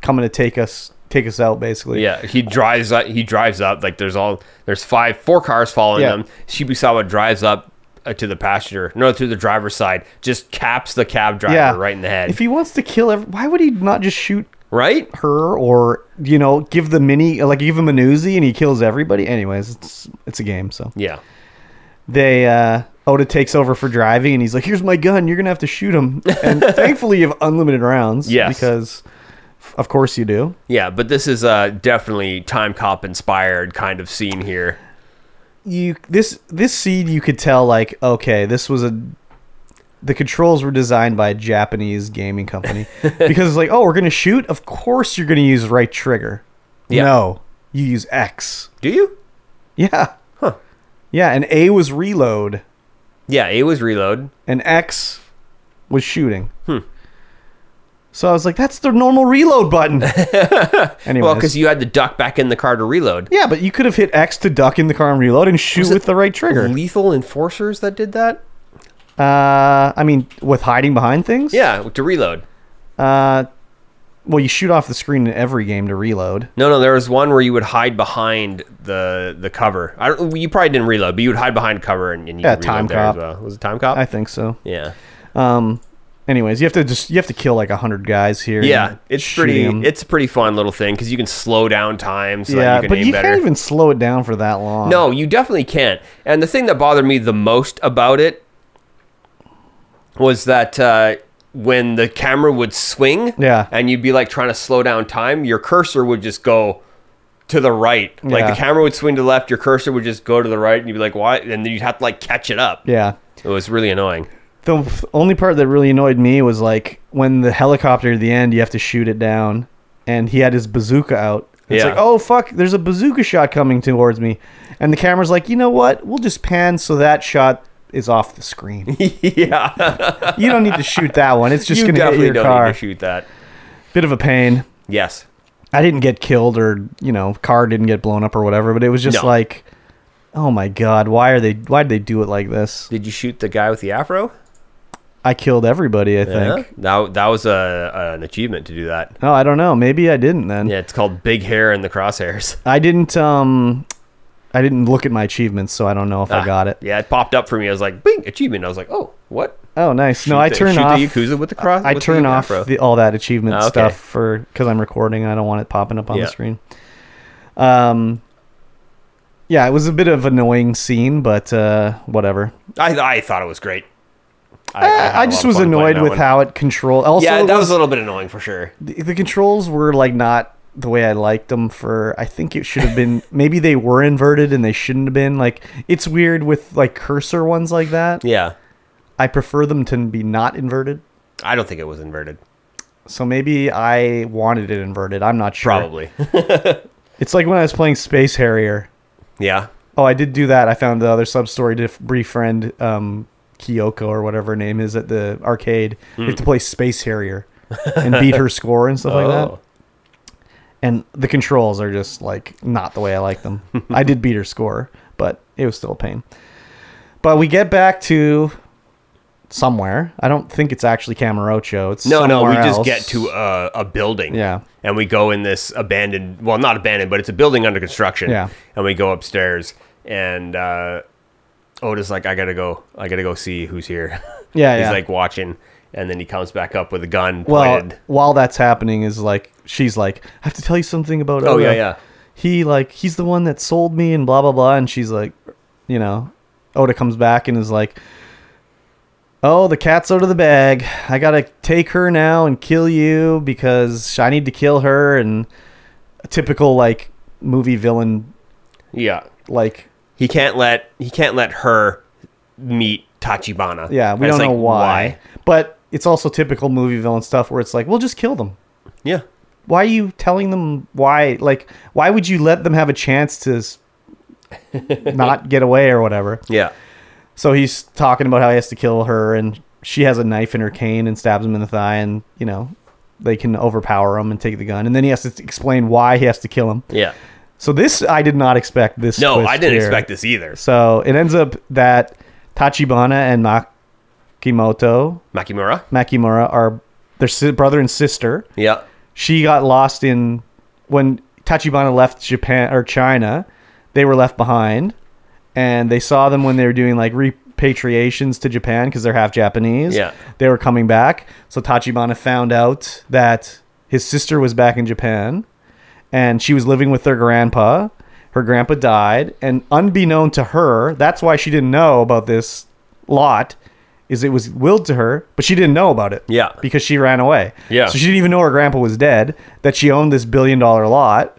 coming to take us, take us out, basically.
Yeah, he drives up. He drives up. Like there's all there's five, four cars following
Yeah.
him. Shibusawa drives up uh, to the passenger, no, to the driver's side. Just caps the cab driver
yeah,
right in the head.
If he wants to kill, every- why would he not just shoot
right?
her, or you know, give the mini, like give him an Uzi, and he kills everybody? Anyways, it's it's a game, so
Yeah.
they uh Oda takes over for driving and he's like, "Here's my gun. You're gonna have to shoot him." And thankfully, you have unlimited rounds.
Yes.
because of course you do.
Yeah, but this is uh, definitely time cop inspired kind of scene here.
You this this scene you could tell like okay, this was a the controls were designed by a Japanese gaming company because it's like, oh, we're gonna shoot. Of course, you're gonna use right trigger.
Yeah.
No, you use X.
Do you?
Yeah. Huh. Yeah, and A was reload.
Yeah, it was reload.
and X was shooting.
Hmm.
So I was like, that's the normal reload button. Anyways.
Well, because you had to duck back in the car to reload.
yeah, but you could have hit X to duck in the car and reload and shoot
it
with the right trigger.
Lethal enforcers that did that.
uh, I mean, with hiding behind things?
Yeah, to reload.
Uh, well, you shoot off the screen in every game to reload.
No, no, there was one where you would hide behind the the cover. I don't, you probably didn't reload, but you would hide behind cover and, and you
Yeah,
could
Time
reload there
Cop.
as well. Was it time cop?
I think so.
yeah,
Um, anyways, you have to just you have to kill like a hundred guys here.
yeah.
and
It's
shoot
pretty.
'em.
It's a pretty fun little thing because you can slow down time so
yeah,
that you can
but
aim
you
better.
can't even slow it down for that long.
No, you definitely can't. And the thing that bothered me the most about it was that uh, when the camera would swing,
Yeah.
and you'd be like trying to slow down time, your cursor would just go to the right. Like
Yeah.
the camera would swing to the left, your cursor would just go to the right, and you'd be like, "Why?" And then you'd have to like catch it up.
Yeah.
It was really annoying.
The f- only part that really annoyed me was like when the helicopter at the end, you have to shoot it down, and he had his bazooka out. It's
Yeah.
like, oh fuck, there's a bazooka shot coming towards me, and the camera's like, you know what? We'll just pan so that shot is off the screen.
yeah,
you don't need to shoot that one. It's just
you
gonna hit
definitely
your
don't
car.
need to shoot that.
Bit of a pain.
Yes.
I didn't get killed or you know car didn't get blown up or whatever, but it was just
No.
like, oh my god, why are they? Why did they do it like this?
Did you shoot the guy with the afro?
I killed everybody. I think.
That that was a, an achievement to do that.
Oh, I don't know. Maybe I didn't then.
Yeah, it's called big hair in the crosshairs.
I didn't um I didn't look at my achievements, so I don't know if I
Ah,
got it.
Yeah, it popped up for me. I was like, "Bing!" Achievement. I was like, "Oh, what?"
Oh, nice. no,
Shoot
I
the-
turn
shoot
off
the Yakuza with the cross.
I
with the
turn off
afro.
the, all that achievement
Ah, okay.
stuff for because I'm recording and I don't want it popping up on
Yeah.
the screen. Um, yeah, it was a bit of annoying scene, but uh, whatever.
I, I thought it was great. had
Eh, I,
a lot
just
of
was
fun playing
annoyed
that
with
one.
how it controlled. Also,
Yeah,
it
that was
was-
a little bit annoying for sure.
the, the controls were like not the way I liked them for I think it should have been maybe they were inverted and they shouldn't have been like it's weird with like cursor ones like that
Yeah,
I prefer them to be not inverted.
I don't think it was inverted.
So maybe I wanted it inverted. I'm not sure.
Probably.
It's like when I was playing Space Harrier.
yeah.
Oh, I did do that. I found the other sub story to f- befriend um, Kyoko or whatever her name is at the arcade. You have
Hmm.
to play Space Harrier and beat her score and stuff like that.
Oh.
And the controls are just like not the way I like them. I did beat her score, but it was still a pain. But we get back to somewhere. I don't think it's actually Camarocho. It's
No, no, we
somewhere
just
else.
get to uh, a, a building.
Yeah.
And we go in this abandoned, well, not abandoned, but it's a building under construction.
Yeah.
And we go upstairs, and uh, Oda's like, I gotta go, I gotta go see who's here.
Yeah,
He's
yeah.
like watching, and then he comes back up with a gun
Well,
pointed.
while that's happening, is like she's like, I have to tell you something about.
Oh,
Oda.
yeah, yeah.
He like he's the one that sold me and blah blah blah, and she's like, you know, Oda comes back and is like, Oh, the cat's out of the bag. I gotta take her now and kill you because I need to kill her. And a typical like movie villain,
Yeah.
like
He can't let he can't let her meet Tachibana.
yeah, we
And it's
don't
like,
know why. but it's also typical movie villain stuff where it's like, well, just kill them.
Yeah.
Why are you telling them why? Like, why would you let them have a chance to s- not get away or whatever?
Yeah.
So he's talking about how he has to kill her, and she has a knife in her cane and stabs him in the thigh, and you know they can overpower him and take the gun, and then he has to explain why he has to kill him.
Yeah.
So this I did not expect this.
No,
twist
I didn't
here.
expect this either.
So it ends up that Tachibana and Makimoto
Makimura.
Makimura are their si- brother and sister.
Yeah.
She got lost in when Tachibana left Japan or China. They were left behind, and they saw them when they were doing like repatriations to Japan because they're half Japanese.
Yeah.
they were coming back. So Tachibana found out that his sister was back in Japan, and she was living with their grandpa. Her grandpa died, and unbeknown to her, that's why she didn't know about this lot. Is it was willed to her, but she didn't know about it.
Yeah.
because she ran away.
Yeah.
So she didn't even know her grandpa was dead, that she owned this billion dollar lot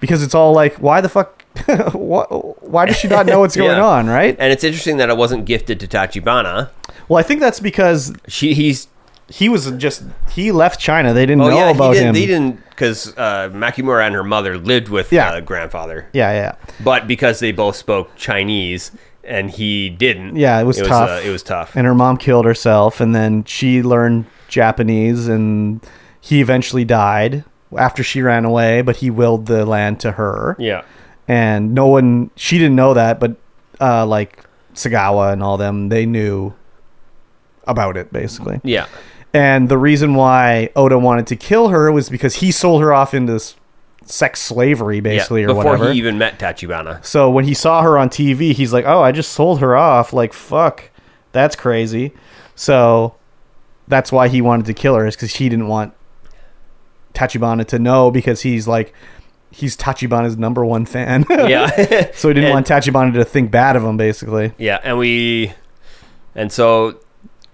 because it's all like, why the fuck? why, why does she not know what's going
Yeah.
on, right?
And it's interesting that it wasn't gifted to Tachibana.
Well, I think that's because
She he's
he was just, he left China. They didn't
Oh
know
yeah,
about
he didn't
him.
they didn't because uh, Makimura and her mother lived with
Yeah.
uh, grandfather.
Yeah, yeah.
But because they both spoke Chinese and he didn't.
Yeah, it was tough.
uh, it was tough.
And her mom killed herself, and then she learned Japanese, and he eventually died after she ran away, but he willed the land to her.
yeah.
and no one she didn't know that but uh like sagawa and all them they knew about it basically
Yeah.
and the reason why oda wanted to kill her was because he sold her off into s- sex slavery
Yeah.
basically or
Before
whatever
he even met Tachibana.
so when he saw her on tv he's like oh i just sold her off like fuck that's crazy so that's why he wanted to kill her is because he didn't want tachibana to know because he's like he's tachibana's number one fan
Yeah.
so he didn't
And-
want Tachibana to think bad of him, basically.
Yeah, and we, and so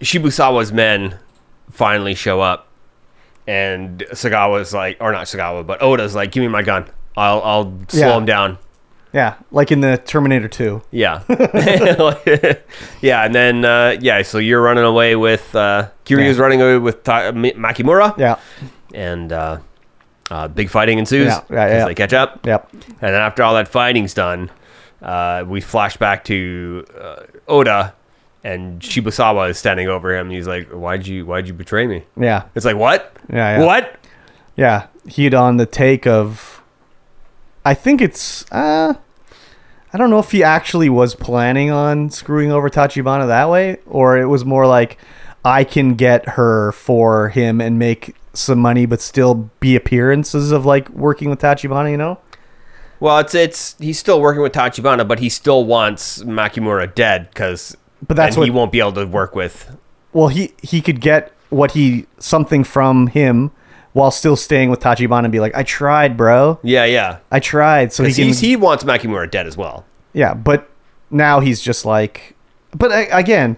Shibusawa's men finally show up, and Sagawa's like, or not Sagawa, but Oda's like, "Give me my gun. I'll I'll slow
Yeah.
him down."
Yeah, like in the Terminator 2.
Yeah, yeah, and then uh, yeah, so you're running away with uh, Kiryu's
Yeah.
running away with Ta- Ma- Makimura,
Yeah,
and uh, uh, big fighting ensues.
Yeah, yeah,
'cause
yeah.
They catch up.
yep.
And then after all that fighting's done, uh, we flash back to uh, Oda, and Shibasawa is standing over him. He's like, "Why'd you Why'd you betray me?"
Yeah,
It's like, "What?
Yeah, yeah.
What?"
yeah. He'd on the take of. I think it's. Uh, I don't know if he actually was planning on screwing over Tachibana that way, or it was more like, I can get her for him and make some money, but still be appearances of like working with Tachibana, you know?
Well, it's it's he's still working with Tachibana, but he still wants Makimura dead because.
But that's
then he
what-
won't be able to work with.
well he he could get what he something from him while still staying with Tachibana and be like I tried bro
Yeah, yeah.
I tried so he can
He's, he wants Makimura dead as well.
yeah but now he's just like but I, again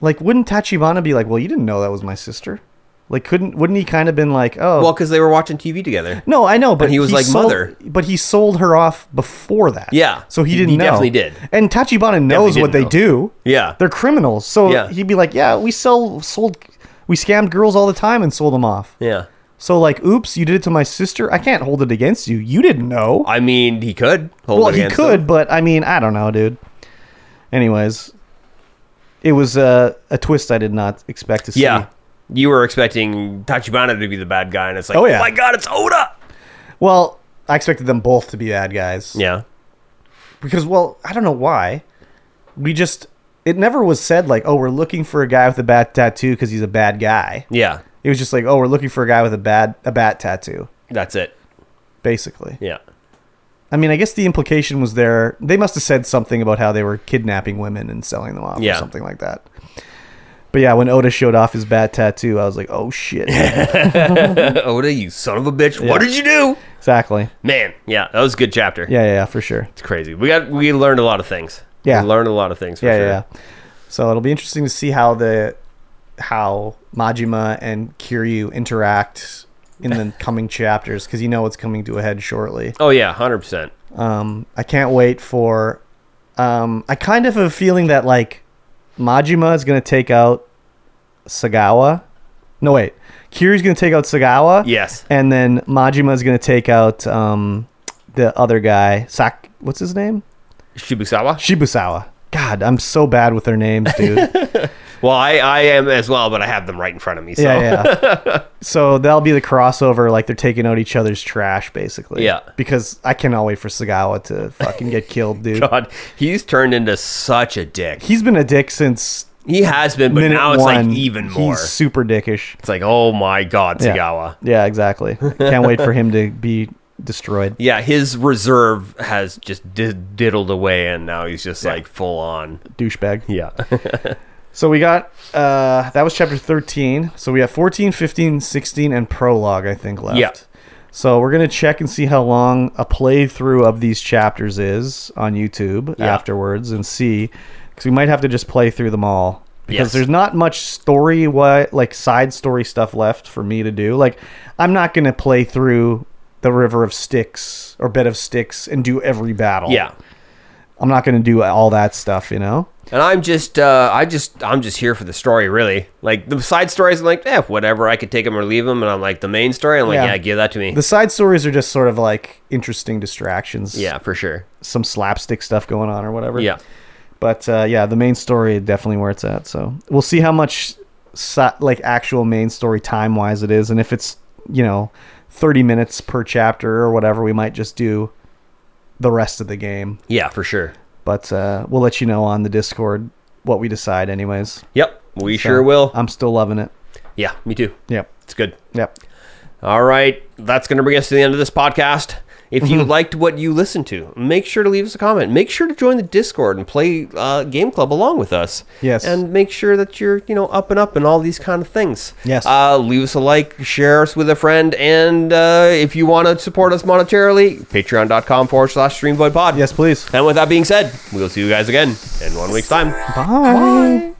like wouldn't Tachibana be like well you didn't know that was my sister like couldn't wouldn't he kind of been like oh
Well, because they were watching TV together.
no I know but
he was like,
sold-
"Mother."
but he sold her off before that
Yeah.
so he
He-
didn't
he
know
definitely did.
and Tachibana knows
didn't
what they
know.
do
Yeah.
they're criminals so
Yeah.
he'd be like yeah we sell sold we scammed girls all the time and sold them off
Yeah.
So like, oops, you did it to my sister. I can't hold it against you. You didn't know.
I mean, he could. Hold
well,
it
he
against
could,
him.
but I mean, I don't know, dude. Anyways, it was a a twist I did not expect to see.
Yeah. You were expecting Tachibana to be the bad guy, and it's like,
Oh,
oh,
yeah.
my god, it's Oda.
Well, I expected them both to be bad guys.
Yeah.
Because well, I don't know why. We just it never was said like, oh, we're looking for a guy with a bat tattoo because he's a bad guy.
Yeah.
It was just like, oh, we're looking for a guy with a bad a bat tattoo,
That's it.
basically.
Yeah.
I mean, I guess the implication was there. They must have said something about how they were kidnapping women and selling them off or
Yeah.
something like that. But yeah, when Oda showed off his bat tattoo, I was like, oh shit.
Oda, you son of a bitch. What did you do?
exactly.
Man, yeah, that was a good chapter.
Yeah, yeah, yeah, for sure.
It's crazy. We got we learned a lot of things.
Yeah.
We learned a lot of things for
Yeah,
sure.
yeah, yeah. So it'll be interesting to see how the how Majima and Kiryu interact in the coming chapters because you know it's coming to a head shortly.
Oh yeah, hundred percent.
Um, I can't wait for. Um, I kind of have a feeling that like Majima is gonna take out Sagawa. No wait, Kiryu's gonna take out Sagawa.
Yes.
and then Majima is gonna take out um, the other guy. Sak, what's his name?
Shibusawa.
Shibusawa. God, I'm so bad with their names, dude.
Well, I, I am as well, but I have them right in front of me. So.
Yeah, yeah. so that'll be the crossover, like they're taking out each other's trash, basically.
Yeah.
Because I cannot wait for Sagawa to fucking get killed, dude.
God, he's turned into such a dick.
He's been a dick since
He has been, but
minute
now it's
one.
like even more.
He's super dickish.
It's like, oh my God,
Yeah.
Sagawa.
Yeah, exactly. Can't wait for him to be destroyed.
Yeah, his reserve has just did- diddled away, and now he's just like full on.
Douchebag.
Yeah.
So we got uh that was chapter 13. So we have 14, 15, 16 and prologue I think left.
Yeah.
So we're going to check and see how long a playthrough of these chapters is on YouTube
Yeah.
afterwards and see cuz we might have to just play through them all because
Yes.
there's not much story what like side story stuff left for me to do. Like I'm not going to play through the river of sticks or bed of sticks and do every battle.
yeah.
I'm not going to do all that stuff, you know.
And I'm just, uh, I just, I'm just here for the story, really. Like the side stories, I'm like, eh, whatever. I could take them or leave them. And I'm like, the main story, I'm like,
Yeah.
yeah, give that to me.
The side stories are just sort of like interesting distractions.
yeah, for sure.
Some slapstick stuff going on or whatever.
Yeah.
But uh, yeah, the main story definitely where it's at. So we'll see how much si- like actual main story time wise it is, and if it's you know thirty minutes per chapter or whatever, we might just do the rest of the game.
Yeah, for sure.
But uh, we'll let you know on the Discord what we decide, anyways.
Yep. We
So, um,
sure will.
I'm still loving it.
yeah, me too.
Yep.
It's good.
Yep.
All right, that's going to bring us to the end of this podcast. If you
Mm-hmm.
liked what you listened to, make sure to leave us a comment. Make sure to join the Discord and play uh, Game Club along with us.
Yes.
and make sure that you're you know up and up and all these kind of things.
Yes.
uh, leave us a like, share us with a friend, and uh, if you want to support us monetarily, Patreon.com forward slash StreamVoidPod.
Yes, please.
And with that being said, we'll see you guys again in one week's time.
Bye.